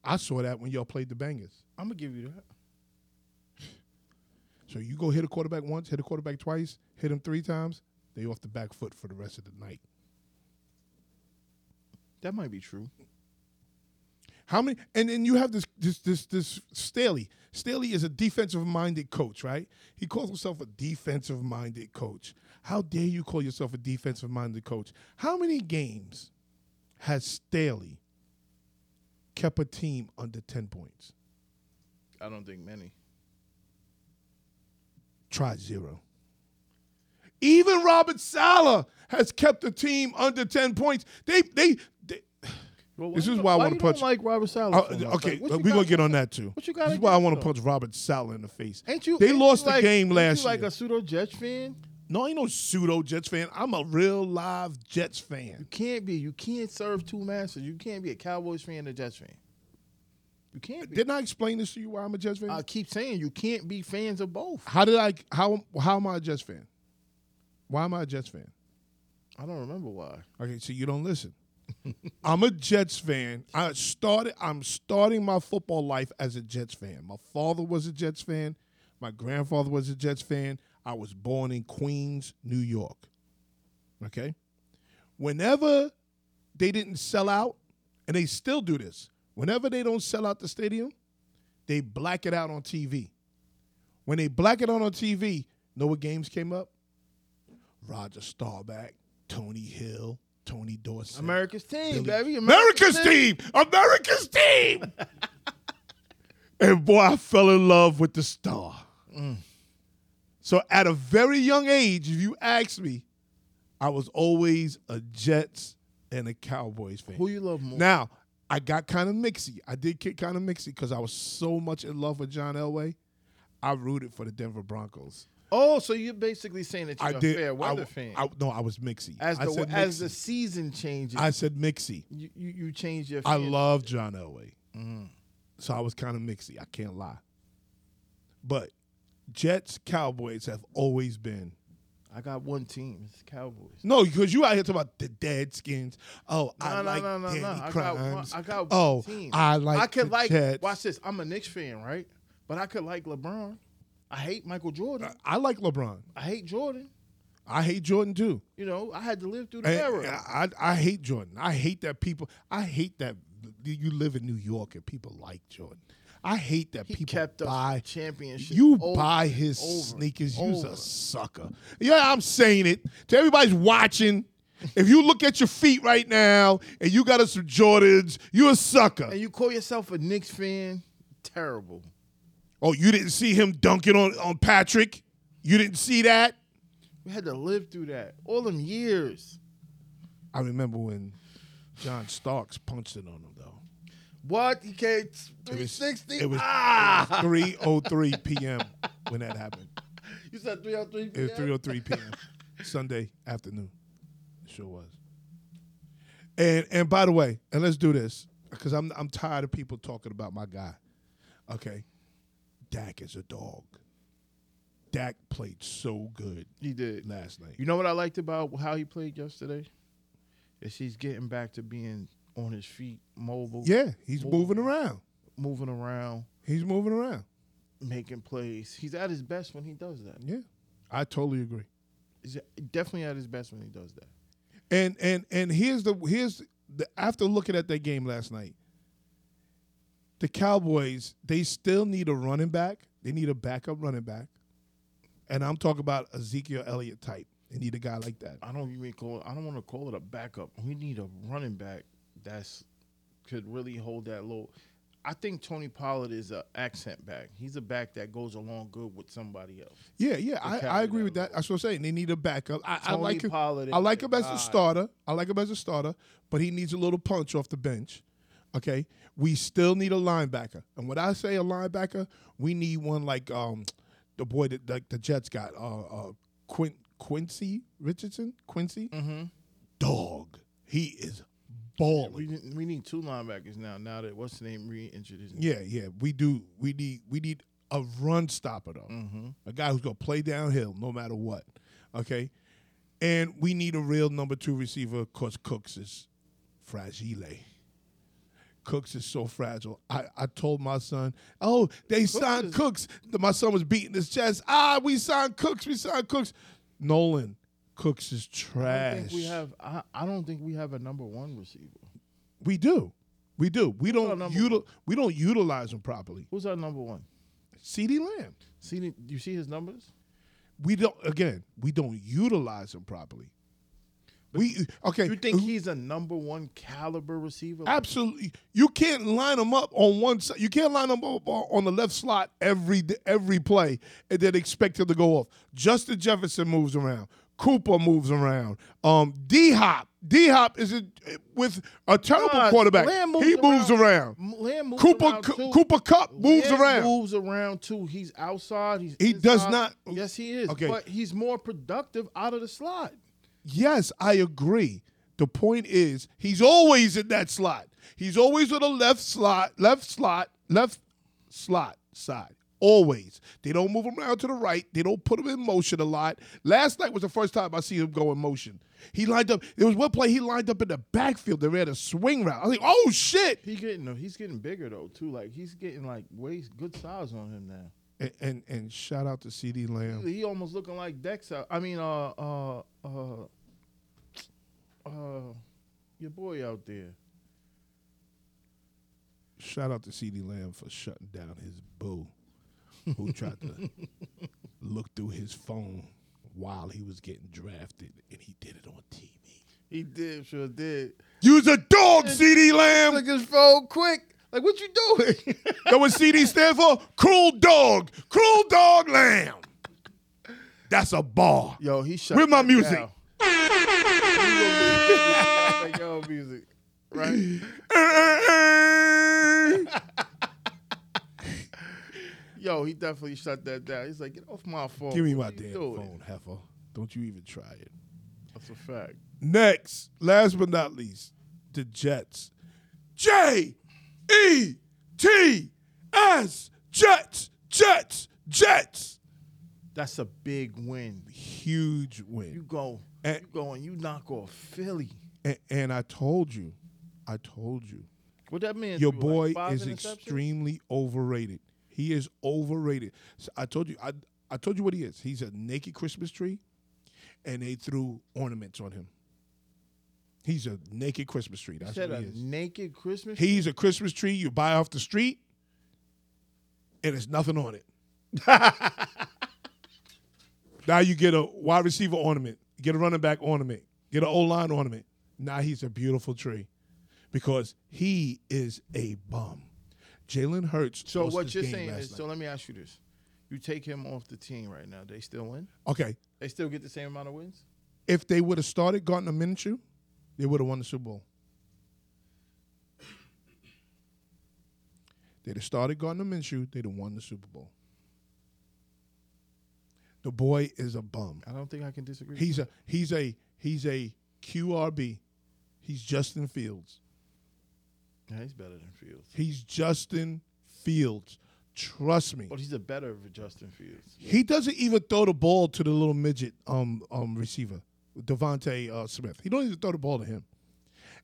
A: I saw that when y'all played the Bangers.
B: I'm gonna give you that.
A: So you go hit a quarterback once, hit a quarterback twice, hit him three times, they off the back foot for the rest of the night.
B: That might be true.
A: How many? And then you have this this this this Staley. Staley is a defensive minded coach, right? He calls himself a defensive minded coach. How dare you call yourself a defensive minded coach? How many games has Staley kept a team under ten points?
B: I don't think many.
A: try zero. Even Robert Sala has kept the team under ten points. They they. they
B: Well,
A: This
B: you
A: is
B: don't-
A: why I wanna
B: you
A: punch-
B: Don't like Robert Sala.
A: uh,
B: so much?
A: okay,
B: Like, what
A: we're
B: you
A: gonna
B: got-
A: get on that too.
B: what you
A: This
B: gotta
A: is why I
B: do,
A: want to
B: though?
A: punch Robert Sala in the face.
B: Ain't you?
A: They
B: ain't
A: lost
B: you
A: the
B: like-
A: game
B: ain't
A: last
B: you like
A: year.
B: a pseudo Jets fan?
A: No, I ain't no pseudo Jets fan. I'm a real live Jets fan.
B: You can't be. You can't serve two masters. You can't be a Cowboys fan and a Jets fan. You can't. Be.
A: Didn't I explain this to you why I'm a Jets fan?
B: I keep saying you can't be fans of both.
A: how did I? How how am I a Jets fan? Why am I a Jets fan?
B: I don't remember why.
A: Okay, so you don't listen. I'm a Jets fan. I started. I'm starting my football life as a Jets fan. My father was a Jets fan. My grandfather was a Jets fan. I was born in Queens, New York. Okay. Whenever they didn't sell out, and they still do this. Whenever they don't sell out the stadium, they black it out on TV. When they black it out on TV, know what games came up? Roger Staubach, Tony Hill, Tony Dorsett.
B: America's team,
A: Billy-
B: baby.
A: America's team! America's team! and boy, I fell in love with the star.
B: Mm.
A: So at a very young age, if you ask me, I was always a Jets and a Cowboys fan.
B: Who you love more?
A: Now, I got kind of mixy. I did get kind of mixy because I was so much in love with John Elway. I rooted for the Denver Broncos.
B: oh, so you're basically saying that
A: I
B: you're a
A: did.
B: fair weather
A: I,
B: fan.
A: I, no, I was mixy.
B: as
A: I
B: the
A: said
B: as the
A: mixy.
B: season changes,
A: I said mixy.
B: you, you you change your.
A: I
B: fan.
A: love John Elway,
B: Mm-hmm.
A: so I was kind of mixy. I can't lie. But Jets Cowboys have always been
B: I got one team. It's the Cowboys.
A: No, because you out here talking about the dead skins. Oh, I
B: No, no,
A: like
B: no, no,
A: Danny
B: no. I got one-
A: Crimes.
B: I got one
A: oh,
B: team.
A: I like.
B: I could
A: the
B: like
A: Jets.
B: watch this. I'm a Knicks fan, right? But I could like LeBron. I hate Michael Jordan.
A: I like LeBron.
B: I hate Jordan.
A: I hate Jordan too.
B: You know, I had to live through the
A: And- uh,
B: era.
A: and I, I hate Jordan. I hate that people. I hate that you live in New York and people like Jordan. I hate that
B: he
A: people
B: kept us
A: buy.
B: championship.
A: You
B: over
A: buy
B: and
A: his
B: over
A: sneakers.
B: and
A: You's
B: over.
A: a sucker. Yeah, I'm saying it to everybody's watching. If you look at your feet right now and you got us some Jordans, you a sucker.
B: and you call yourself a Knicks fan? Terrible.
A: Oh, you didn't see him dunking on, on Patrick? You didn't see that?
B: We had to live through that. All them years.
A: I remember when John Starks punched it on him, though.
B: What? He came
A: It was,
B: 360?
A: it was,
B: ah!
A: 3.03 p.m. when that happened.
B: you said 303?
A: It was 3.03 p.m. Sunday afternoon. It sure was. And and by the way, and let's do this, because I'm I'm tired of people talking about my guy. Okay. Dak is a dog. Dak played so good
B: He did.
A: last night.
B: You know what I liked about how he played yesterday? Is he's getting back to being on his feet, mobile,
A: Yeah, he's moving around.
B: moving around,
A: He's moving around.
B: making plays. He's at his best when he does that.
A: Yeah, I totally agree.
B: He's definitely at his best when he does that.
A: And and and here's the here's the after looking at that game last night, the Cowboys they still need a running back. They need a backup running back, and I'm talking about Ezekiel Elliott type. They need a guy like that.
B: I don't even call. I don't want to call it a backup. We need a running back that's could really hold that low. I think Tony Pollard is a accent back. He's a back that goes along good with somebody else.
A: Yeah, yeah, I,
B: carry
A: I agree
B: that
A: with that.
B: load.
A: That's what I'm saying. They need a backup. I, I
B: Tony
A: like him.
B: Pollard
A: I
B: is
A: like
B: the
A: him as
B: guy.
A: a starter. I like him as a starter, but he needs a little punch off the bench. Okay, we still need a linebacker, and when I say a linebacker, we need one like um the boy that like the Jets got uh, uh Quin- Quincy Richardson Quincy
B: Mm-hmm.
A: dog. He is
B: We
A: balling.
B: need- we need two linebackers now. Now that what's the name reinjured his
A: Yeah, yeah. We do. We need. We need a run stopper though.
B: Mm-hmm.
A: a guy who's gonna play downhill no matter what. Okay, and we need a real number two receiver because Cooks is fragile. Cooks is so fragile. I, I told my son, oh, they signed
B: is-
A: Cooks. Th- My son was beating his chest. Ah, we signed Cooks. We signed Cooks. Nolan, Cooks is
B: I
A: trash.
B: don't think we have. I, I don't think we have a number one receiver.
A: We do. We do. We
B: our
A: don't
B: number
A: util- we don't utilize him properly.
B: Who's our number one?
A: C.D. Lamb.
B: See, the- you see his numbers.
A: We don't. Again, we don't utilize him properly. We okay.
B: You think he's a number one caliber receiver?
A: Absolutely, you can't line them up on one side. You can't line them up on on the left slot every every play, and then expect him to go off. Justin Jefferson moves around. Cooper moves around. Um, D Hop, D Hop is a, with a terrible
B: Nah,
A: quarterback.
B: Lamb
A: he
B: moves
A: moves around.
B: M- Lamb moves
A: Cooper
B: around
A: C-
B: too.
A: Cooper Cup moves
B: Lamb
A: around.
B: Moves around too. He's outside. He's
A: He does
B: inside.
A: not-
B: Yes, he is.
A: Okay.
B: but he's more productive out of the slot.
A: Yes, I agree. The point is, he's always in that slot. He's always on the left slot, left slot, left slot side. Always. They don't move him around to the right. They don't put him in motion a lot. Last night was the first time I see him go in motion. He lined up. There was one play he lined up in the backfield and ran a swing route. I was like, oh shit.
B: He getting he's getting bigger though too. Like he's getting like waist good size on him now.
A: And and, and shout out to CD Lamb.
B: He almost looking like Dex. out- I mean, uh, uh, uh, uh, your boy out there.
A: Shout out to CD Lamb for shutting down his boo who tried to look through his phone while he was getting drafted and he did it on TV.
B: He did, sure did.
A: Use a dog, CD
B: Look
A: Lamb.
B: his phone quick. Like what you doing?
A: That what CD stand for? Cruel dog. Cruel dog lamb. That's a bar.
B: Yo, he shut.
A: Where my
B: that
A: music?
B: down. like yo, music, right? Yo, he definitely shut that down. He's like, get off my phone.
A: Give me
B: What
A: my
B: are you
A: damn
B: doing?
A: phone, heifer. Don't you even try it.
B: That's a fact.
A: Next, last but not least, the Jets. J E T S Jets, Jets, Jets.
B: That's a big win.
A: Huge
B: You
A: win.
B: go,
A: And-
B: you go, and you knock off Philly.
A: And, and I told you, I told you,
B: What that man?
A: your
B: threw,
A: boy
B: like, five
A: is
B: interceptions?
A: extremely overrated. He is overrated. So I told you, I I told you what he is. He's a naked Christmas tree, and they threw ornaments on him. He's a naked Christmas tree.
B: You
A: That's
B: said
A: what
B: a
A: he is.
B: naked Christmas.
A: He's a Christmas tree you buy off the street, and there's nothing on it. now you get a wide receiver ornament, get a running back ornament, get an O line ornament. Now he's a beautiful tree because he is a bum. Jalen Hurts.
B: so
A: lost
B: what
A: this
B: you're
A: game
B: saying
A: last
B: is, so
A: night.
B: let me ask you this: You take him off the team right now. They still win.
A: okay.
B: They still get the same amount of wins.
A: If they would have started Gardner Minshew, they would have won the Super Bowl. They'd have started Gardner Minshew, they'd have won the Super Bowl. The boy is a bum.
B: I don't think I can disagree.
A: He's a he's a he's a QRB. He's Justin Fields.
B: yeah, he's better than Fields,
A: He's Justin Fields. Trust me.
B: but he's a better of Justin Fields.
A: He doesn't even throw the ball to the little midget um um receiver, Devontae uh, Smith. He don't even throw the ball to him.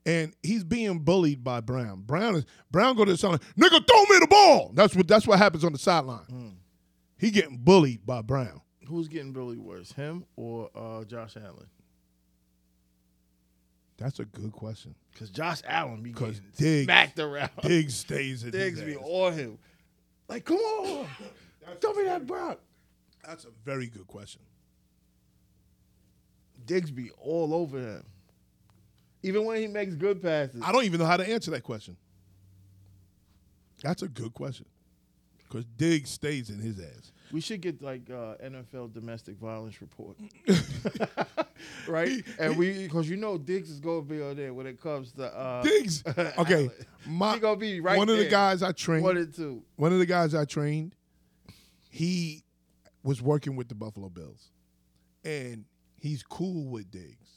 A: And he's being bullied by Brown. Brown is Brown go to the sideline, nigga, throw me the ball. That's what that's what happens on the sideline. He getting bullied by Brown.
B: Who's getting really worse, him or uh, Josh Allen?
A: That's a good question.
B: Because Josh Allen be
A: 'Cause
B: getting
A: Diggs-
B: smacked around.
A: Diggs stays in
B: Diggs
A: his
B: be
A: ass.
B: on him. Like, come on, throw me that Brock.
A: That's a very good question.
B: Diggs be all over him. Even when he makes good passes,
A: I don't even know how to answer that question. That's a good question. Because Diggs stays in his ass.
B: we should get like uh, NFL domestic violence report, right? And we, because you know Diggs is gonna be on there when it comes to uh,
A: Diggs. Okay. My,
B: He gonna be right
A: one of the
B: there.
A: guys I trained
B: one and two.
A: one of the guys I trained, he was working with the Buffalo Bills, and he's cool with Diggs.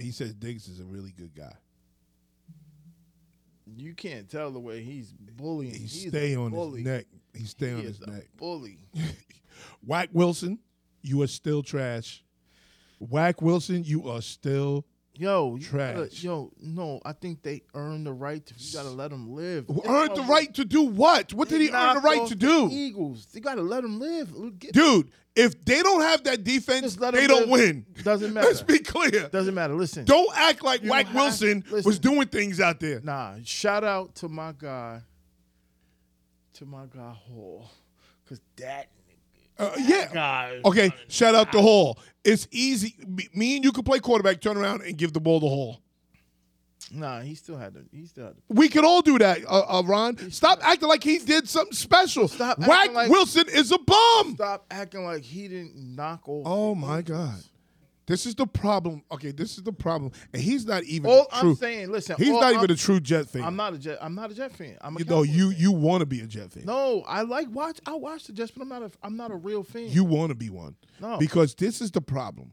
A: And he says Diggs is a really good guy.
B: You can't tell the way he's bullying.
A: He
B: He's a
A: stay on
B: bully.
A: his neck. He stay
B: He
A: on
B: is
A: his
B: a
A: neck.
B: bully.
A: Whack Wilson, you are still trash. Whack Wilson, you are still.
B: Yo, you gotta-
A: Trash.
B: yo, no, I think they earned the right to. You gotta let them live.
A: Who Earned the right to do what? What did he earn the
B: knocked
A: right
B: off
A: to
B: the
A: do?
B: Eagles, you gotta let them live. Get-
A: Dude, if they don't have that defense,
B: Just let
A: they
B: him
A: don't
B: live.
A: win.
B: Doesn't
A: Let's
B: matter.
A: be clear.
B: Doesn't matter. Listen,
A: Don't act like
B: You
A: Whack
B: have-
A: Wilson was
B: listen.
A: doing things out there.
B: Nah, shout out to my guy, to my guy Hall, cause that
A: Uh, yeah.
B: guy.
A: Okay, shout out to Hall. It's easy. Me- Me and you can play quarterback, turn around and give the ball to Hall.
B: Nah, he still had to. He still had to.
A: We can all do that, uh, uh, Ron. Stop acting like he did something special.
B: Stop acting
A: Whack
B: like-
A: Wilson is a bum.
B: Stop acting like he didn't knock off.
A: Oh my God, this is the problem. Okay, this is the problem, and he's not even
B: All
A: a true.
B: I'm saying, listen,
A: he's
B: all
A: not
B: I'm,
A: even a true Jet fan.
B: I'm not a jet. I'm not a jet fan. I'm a
A: you know,
B: Cowboy
A: you
B: fan.
A: you want to be a Jet fan.
B: No, I like watch. I watch the Jets, but I'm not a. I'm not a real fan.
A: You want to be one.
B: No.
A: Because this is the problem.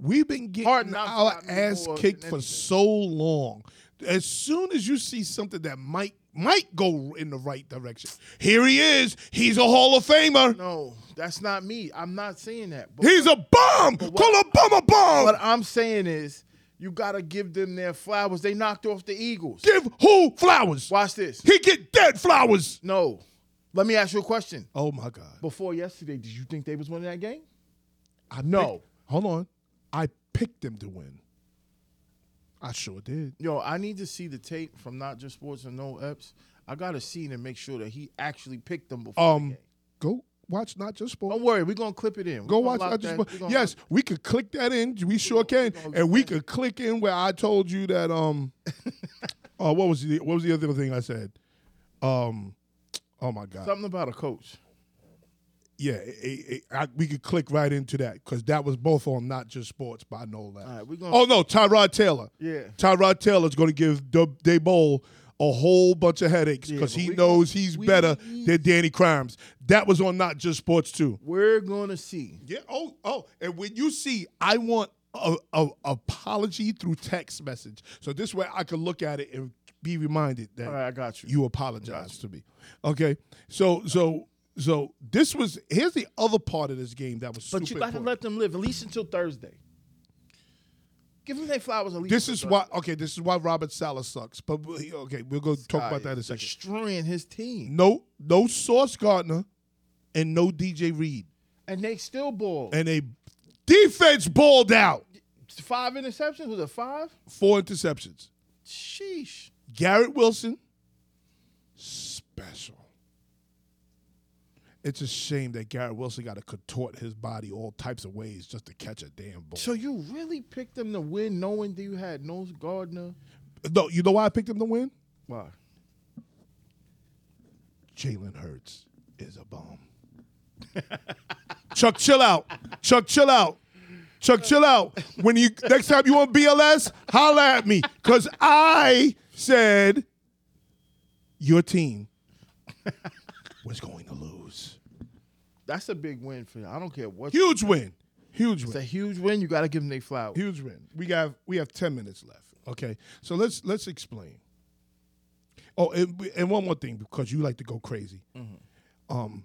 A: We've been getting
B: Hard knocks
A: our
B: got me
A: ass
B: more
A: kicked
B: than
A: for
B: anything.
A: so long. As soon as you see something that might might go in the right direction, here he is. He's a Hall of Famer.
B: no, that's not me. I'm not saying that. But
A: He's a bum. Call a bum a bum.
B: what I'm saying is, you gotta give them their flowers. They knocked off the Eagles.
A: Give who flowers?
B: Watch this.
A: He get dead flowers.
B: No. Let me ask you a question.
A: Oh my God.
B: Before yesterday, did you think they was winning that game?
A: I
B: No.
A: picked- hold on. I picked them to win. I sure did.
B: Yo, I need to see the tape from not just sports and no Epps. I gotta see and make sure that he actually picked them before. the
A: Um,
B: game.
A: go watch not just sports.
B: Don't worry, we're gonna clip it in.
A: Go
B: We gonna
A: watch
B: lock
A: I just
B: that-
A: Bought-
B: we gonna
A: Yes, we could click that in. We sure can,
B: gonna-
A: and we could click in where I told you that. Um, uh, what was the what was the other thing I said? Um, oh my
B: lock-
A: God,
B: Something about a coach.
A: yeah, it, it, it- I, we could click right into that because that was both on not just sports by no Labs.
B: All right, we're gonna.
A: Oh no, Tyrod Taylor.
B: Uh, Yeah.
A: Tyrod Taylor's going to give Dub Dable a whole bunch of headaches
B: Yeah,
A: because
B: but
A: he
B: we-
A: knows he's
B: we-
A: better than Danny Crimes. That was on not just sports too.
B: We're gonna see.
A: Yeah. Oh, oh. And when you see, I want a, a apology through text message. So this way I could look at it and be reminded that
B: All right, I got you.
A: you apologized to me. Okay. So so So this was here's the other part of this game that was.
B: But
A: super
B: you got to
A: important.
B: let them live at least until Thursday. Give them their flowers at least.
A: This
B: until
A: is
B: Thursday.
A: why okay. This is why Robert Sala sucks. But we- okay, we'll go talk
B: Guy
A: about that in a
B: is
A: second.
B: Destroying his team,
A: No, no Sauce Gardner, and no DJ Reed,
B: and they still ball.
A: and a defense balled out
B: five interceptions was it five?
A: four interceptions.
B: Sheesh.
A: Garrett Wilson, special. It's a shame that Garrett Wilson got to contort his body all types of ways just to catch a damn ball.
B: So you really picked them to win, knowing that you had no Gardner.
A: no, you know why I picked him to win?
B: Why?
A: Jalen Hurts is a bomb. Chuck, chill out. Chuck, chill out. Chuck, chill out. When you next time you on BLS, holla at me. Cause I said your team was going to lose.
B: That's a big win for you. I don't care what.
A: Huge win. Huge
B: It's a
A: win.
B: huge win. You got to give them their flowers.
A: Huge win. We have we have ten minutes left. Okay. So let's let's explain. Oh, and, and one more thing, because you like to go crazy. Um,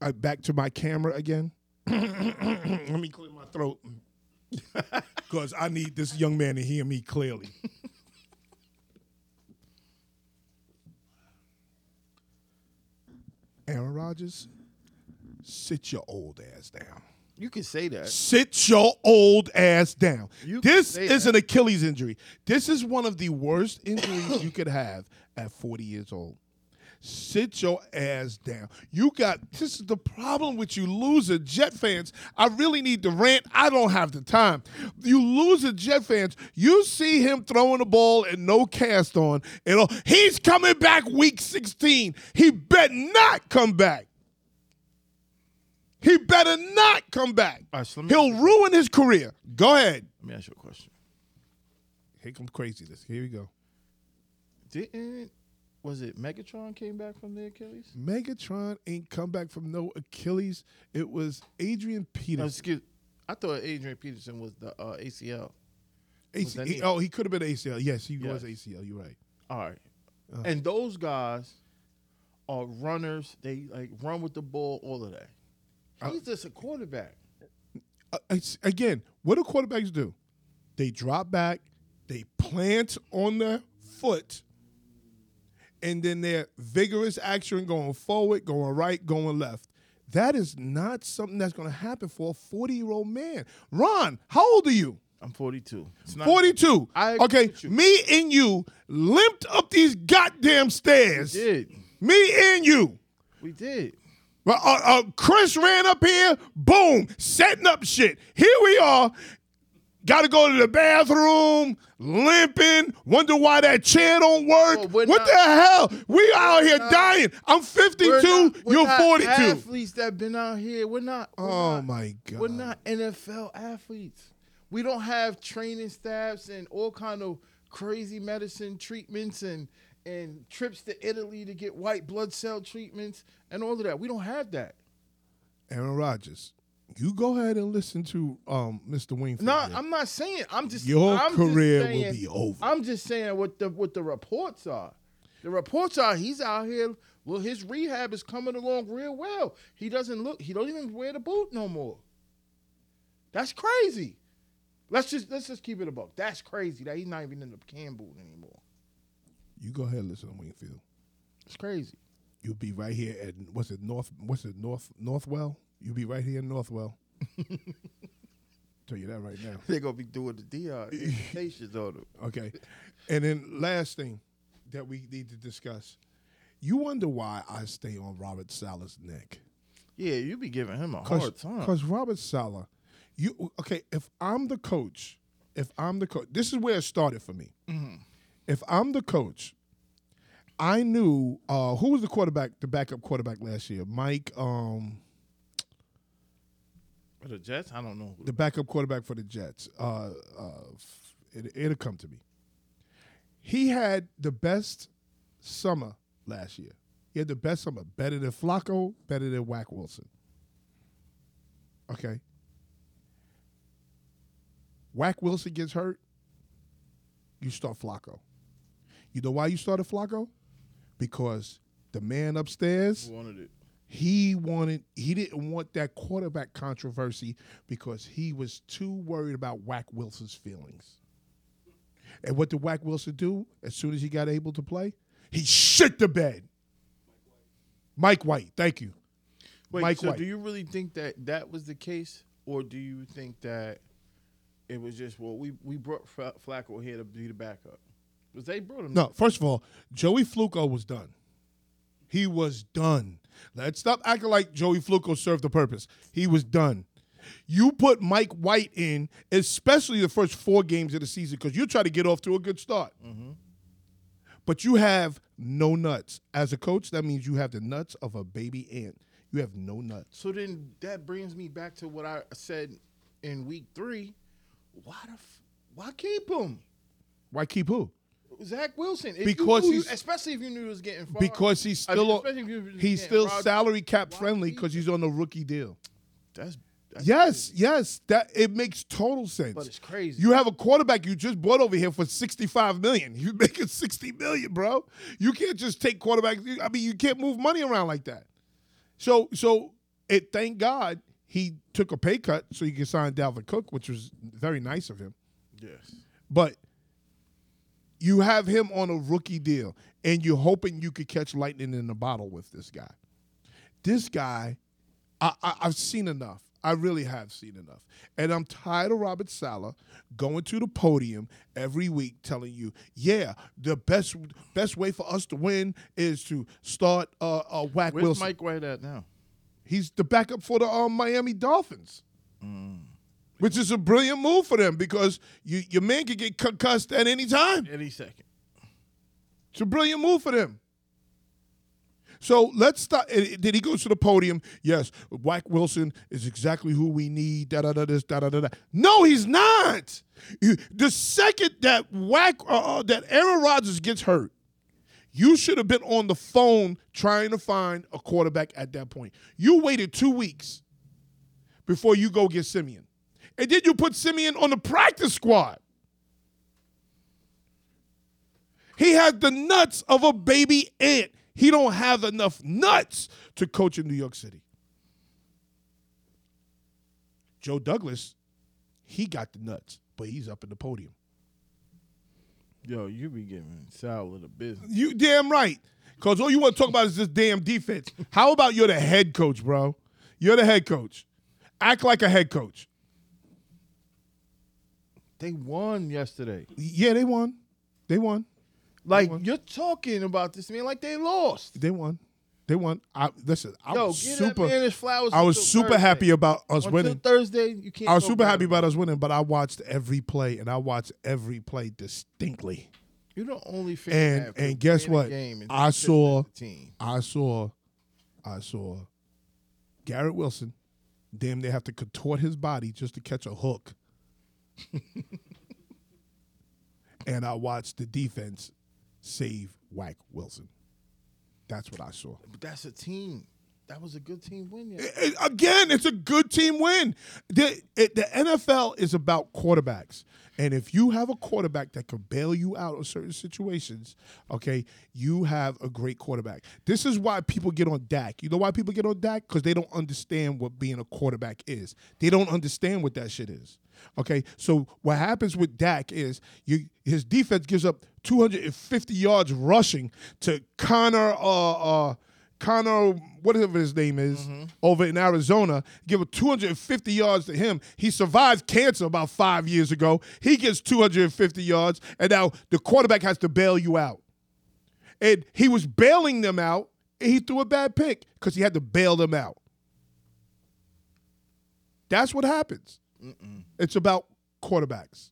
A: I, back to my camera again. Let me clear my throat, because I need this young man to hear me clearly. Aaron Rodgers, sit your old ass down.
B: You can say that.
A: Sit your old ass down.
B: You can
A: this
B: say
A: is an
B: that.
A: Achilles injury. This is one of the worst injuries you could have at 40 years old. Sit your ass down. You got this is the problem with you loser Jet fans. I really need to rant. I don't have the time. You loser Jet fans, you see him throwing the ball and no cast on. And all- he's coming back week 16. He better not come back. He better not come back.
B: All right, so let me,
A: He'll ruin his career. Go ahead.
B: let me ask you a question.
A: Here comes craziness. Here we go.
B: Didn't was it Megatron came back from the Achilles?
A: Megatron ain't come back from no Achilles. It was Adrian
B: No,
A: Peterson.
B: excuse. I thought Adrian Peterson was the uh, ACL. was
A: AC-
B: that it?
A: oh, he could have been ACL. Yes, he was
B: Yes.
A: ACL. You're right.
B: All right. And those guys are runners. They like run with the ball, all of that. He's just a quarterback.
A: Uh, it's- again, what do quarterbacks do? They drop back, they plant on their foot, and then their vigorous action going forward, going right, going left. That is not something that's going to happen for a 40 year old man. Ron, how old are you?
B: I'm 42. It's not
A: 42.
B: I agree
A: okay,
B: with you.
A: me and you limped up these goddamn
B: We
A: stairs.
B: did.
A: Me and you.
B: We did.
A: Well, Uh, uh, Chris ran up here, boom, setting up shit. Here we are. Got to go to the bathroom, limping. Wonder why that chair don't work.
B: Well, Oh, we're
A: what
B: not-
A: the hell? We out here
B: not-
A: dying. I'm 52.
B: We're not- we're
A: you're
B: not
A: 42.
B: Athletes that been out here. We're not. We're
A: oh
B: not,
A: my god.
B: We're not NFL athletes. We don't have training staffs and all kind of crazy medicine treatments and and trips to Italy to get white blood cell treatments and all of that. We don't have that.
A: Aaron Rodgers, you go ahead and listen to um, Mr. Wingfield.
B: No,
A: here.
B: I'm not saying. I'm just
A: Your
B: I'm just
A: career
B: saying-
A: will be over.
B: I'm just saying what the what the reports are. The reports are he's out here. Well, his rehab is coming along real well. He doesn't look. He don't even wear the boot no more. That's crazy. Let's just let's just keep it a buck. That's crazy that he's not even in the can boot anymore.
A: you go ahead and listen to Wingfield.
B: It's crazy.
A: You'll be right here at what's it North? What's it North Northwell? You'll be right here in Northwell. Tell you that right now.
B: They're gonna be doing the DR imitations on him.
A: Okay, and then last thing that we need to discuss. You wonder why I stay on Robert Sala's neck?
B: Yeah, you be giving him a hard time.
A: Because Robert Sala, you okay? If I'm the coach, if I'm the coach, this is where it started for me.
B: Mm-hmm.
A: If I'm the coach, I knew uh, who was the quarterback, the backup quarterback last year, Mike. Um,
B: For the Jets, I don't know. Who
A: the backup quarterback for the Jets. Uh, uh, f- it, it'll come to me. He had the best summer last year. He had the best summer, better than Flacco, better than Wack Wilson. Okay. Wack Wilson gets hurt. You start Flacco. You know why you started Flacco? Because the man upstairs
B: wanted it.
A: He wanted he didn't want that quarterback controversy because he was too worried about Wack Wilson's feelings. And what did Wack Wilson do as soon as he got able to play? He shit the bed. Mike White, thank you.
B: Wait,
A: Mike
B: so
A: White.
B: do you really think that that was the case, or do you think that it was just well, we we brought Fla- Flacco here to be the backup? Was they brought him?
A: No, first of all, Joey Fluco was done. He was done. Let's stop acting like Joey Fluco served the purpose. He was done. You put Mike White in, especially the first four games of the season, because you try to get off to a good start.
B: Mm-hmm.
A: But you have no nuts. As a coach, that means you have the nuts of a baby ant. You have no nuts.
B: So then that brings me back to what I said in week three. Why the f- why keep him?
A: Why keep who?
B: Zach Wilson, if you
A: Because
B: knew-
A: he's-
B: especially if you knew he was getting fired.
A: Because he's
B: I mean,
A: still
B: especially if you was
A: on, he's
B: getting
A: still
B: robbed.
A: salary cap
B: Why
A: friendly
B: keep
A: because he's on the rookie deal.
B: that's, that's
A: Yes, yes, that it makes total sense.
B: But it's crazy.
A: You have a quarterback you just bought over here for sixty-five million. You make it sixty million, bro. You can't just take quarterbacks. you- I mean, you can't move money around like that. So, so it. Thank God he took a pay cut so he could sign Dalvin Cook, which was very nice of him.
B: yes.
A: But you have him on a rookie deal, and you're hoping you could catch lightning in a bottle with this guy. This guy, I, I, I've seen enough. I really have seen enough. And I'm tired of Robert Sala going to the podium every week telling you, yeah, the best best way for us to win is to start uh, uh, Whack
B: Where's
A: Wilson.
B: Mike White at now?
A: He's the backup for the um, Miami Dolphins, which is a brilliant move for them because you, your man could get concussed at any time.
B: Any second.
A: It's a brilliant move for them. So let's stop. and- and Then he goes to the podium. Yes, Wack Wilson is exactly who we need. Da da da this da da da da. No, he's not. You- The second that Wack uh, uh, that Aaron Rodgers gets hurt, you should have been on the phone trying to find a quarterback at that point. You waited two weeks before you go get Simeon, and then you put Simeon on the practice squad. He has the nuts of a baby ant. He don't have enough nuts to coach in New York City. Joe Douglas, he got the nuts, but he's up in the podium.
B: Yo, you be giving Sal of the business.
A: You damn right. Cause all you want to talk about is this damn defense. How about you're the head coach, bro? You're the head coach. Act like a head coach.
B: They won yesterday.
A: Yeah, they won. They won.
B: Like you're talking about this man like they lost.
A: They won. They won. I listen, I
B: Yo,
A: was
B: get
A: super
B: that man his flowers.
A: I was
B: until
A: super
B: Thursday.
A: happy about us
B: Until
A: winning.
B: Thursday, you can't.
A: I was
B: go
A: super
B: back.
A: happy about us winning, but I watched every play, and I watched every play distinctly.
B: You're the only fan.
A: And-
B: that
A: and
B: could
A: guess
B: win a
A: what?
B: game and
A: I
B: just sit
A: saw-
B: with the team.
A: I saw, I saw, Garrett Wilson. Damn, they have to contort his body just to catch a hook. and I watched the defense save Whack Wilson. That's what I saw.
B: But that's a team. That was a good team win. yesterday.
A: it- again, it's a good team win. The, it- the NFL is about quarterbacks. And if you have a quarterback that can bail you out of certain situations, okay, you have a great quarterback. This is why people get on Dak. You know why people get on Dak? Because they don't understand what being a quarterback is. They don't understand what that shit is. Okay, so what happens with Dak is you his defense gives up 250 yards rushing to Connor uh, uh, Connor, whatever his name is, over in Arizona, give up 250 yards to him. He survived cancer about five years ago. He gets 250 yards, and now the quarterback has to bail you out. And he was bailing them out, and he threw a bad pick because he had to bail them out. That's what happens. It's about quarterbacks.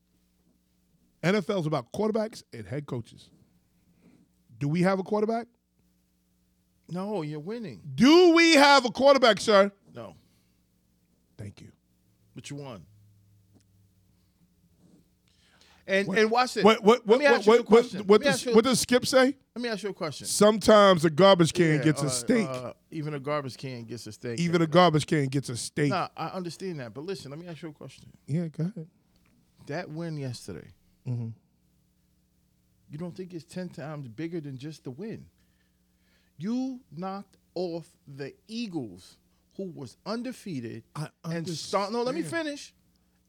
A: NFL's about quarterbacks and head coaches. Do we have a quarterback?
B: No, you're winning.
A: Do we have a quarterback, sir?
B: No,
A: Thank you.
B: but you won. And
A: What-
B: and watch this.
A: What what
B: Let
A: what
B: me
A: what
B: ask you a
A: what, what,
B: question.
A: what
B: Let me ask
A: does,
B: you a-
A: what does Skip say?
B: Let me ask you a question.
A: Sometimes a garbage can
B: Yeah,
A: gets
B: uh,
A: a steak.
B: uh, even a garbage can gets a steak.
A: Even a garbage can gets a steak.
B: Nah, I understand that. But listen, let me ask you a question.
A: Yeah, go ahead.
B: That win yesterday.
A: Mhm.
B: You don't think it's ten times bigger than just the win? You knocked off the Eagles, who was undefeated
A: I
B: and stomp. No, let me
A: understand.
B: finish.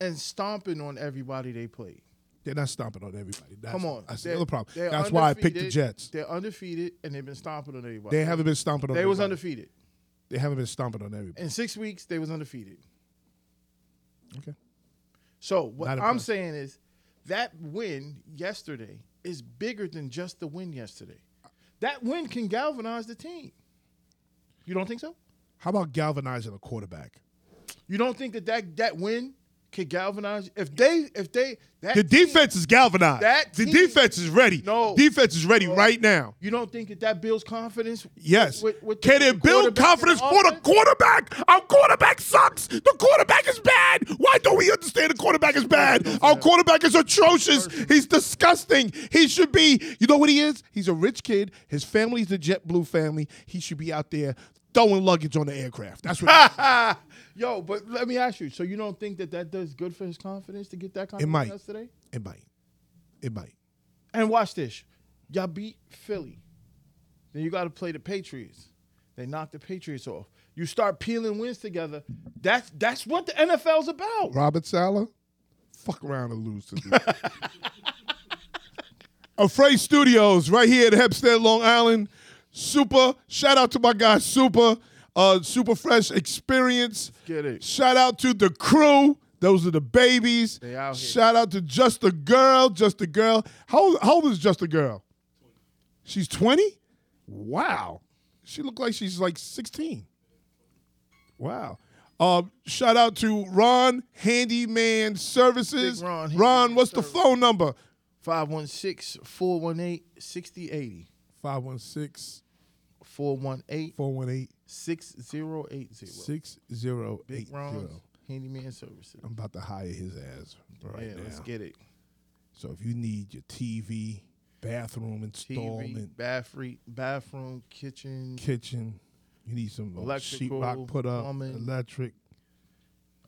B: And stomping on everybody they played.
A: They're not stomping on everybody. That's,
B: Come on,
A: that's
B: They're-
A: the other problem.
B: they're
A: That's why I picked the
B: undefeated.
A: Jets.
B: They're undefeated and they've been stomping on everybody.
A: They haven't been stomping on.
B: They was
A: everybody.
B: undefeated
A: They haven't been stomping on everybody.
B: in six weeks. They was undefeated.
A: Okay.
B: So what
A: Not
B: I'm
A: impressed.
B: saying is that win yesterday is bigger than just the win yesterday. That win can galvanize the team. You don't think so?
A: How about galvanizing a quarterback?
B: You don't think that that, that win could galvanize? If they if they that
A: The
B: team-
A: defense is galvanized.
B: that
A: the
B: team-
A: defense is ready.
B: No.
A: defense is ready
B: No.
A: right now.
B: you don't think that that builds confidence?
A: Yes.
B: With- with the-
A: Can
B: the
A: it build
B: quarterback
A: confidence
B: and
A: for the
B: offense?
A: quarterback? Our quarterback sucks. The quarterback is bad. Why don't we understand the quarterback is bad? Our quarterback is atrocious. He's disgusting. He should be, you know what he is? He's a rich kid. His family's the JetBlue family. He should be out there throwing luggage on the aircraft. That's
B: Ah!
A: what
B: Yo, but let me ask you. So you don't think that that does good for his confidence to get that confidence
A: might.
B: yesterday?
A: it might. It might.
B: And watch this. Y'all beat Philly. Then you got to play the Patriots. They knocked the Patriots off. You start peeling wins together. That's that's what the NFL's about.
A: Robert Sala, fuck around and lose to these. Afraid Studios, right here at Hempstead, Long Island. Super. Shout out to my guy, Super. Uh, Super Fresh Experience.
B: Get it.
A: Shout out to the crew. Those are the babies.
B: They out here.
A: Shout out to Just a Girl. Just a Girl. How old, how old is Just a Girl? She's 20? Wow. She looked like she's like 16. Wow. Um, shout out to Ron Handyman Services.
B: Big Ron,
A: Ron,
B: Handyman
A: what's the phone number?
B: 516 418 6080.
A: 516
B: 418
A: 418
B: 6080.
A: 6080.
B: Big Ron's Handyman Services.
A: I'm about to hire his ass right
B: yeah,
A: now.
B: let's get it.
A: So if you need your TV, bathroom installment,
B: TV, bathroom, bathroom, kitchen.
A: kitchen, you need some uh,
B: Electrical,
A: sheetrock put up,
B: plumbing.
A: electric.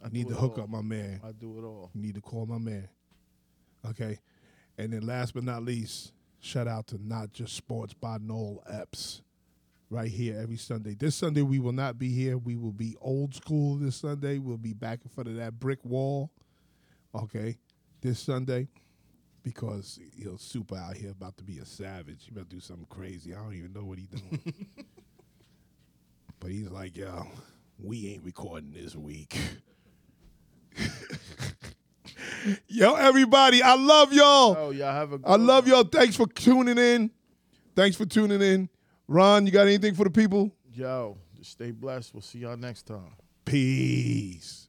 B: I
A: need
B: do
A: to
B: it
A: hook
B: all.
A: up my man.
B: I do it all.
A: You need to call my man. Okay. And then last but not least, shout out to Not Just Sports by Noel Epps. Right here every Sunday. This Sunday we will not be here. We will be old school this Sunday. We'll be back in front of that brick wall. Okay. This Sunday. Because you know, super out here about to be a savage. He about to do something crazy. I don't even know what he's doing. but he's like, yo, we ain't recording this week. Yo, everybody, I love y'all.
B: Oh, y'all have a
A: I
B: good
A: love
B: one.
A: y'all. Thanks for tuning in. Thanks for tuning in. Ron, you got anything for the people?
B: Yo, stay blessed. We'll see y'all next time.
A: Peace.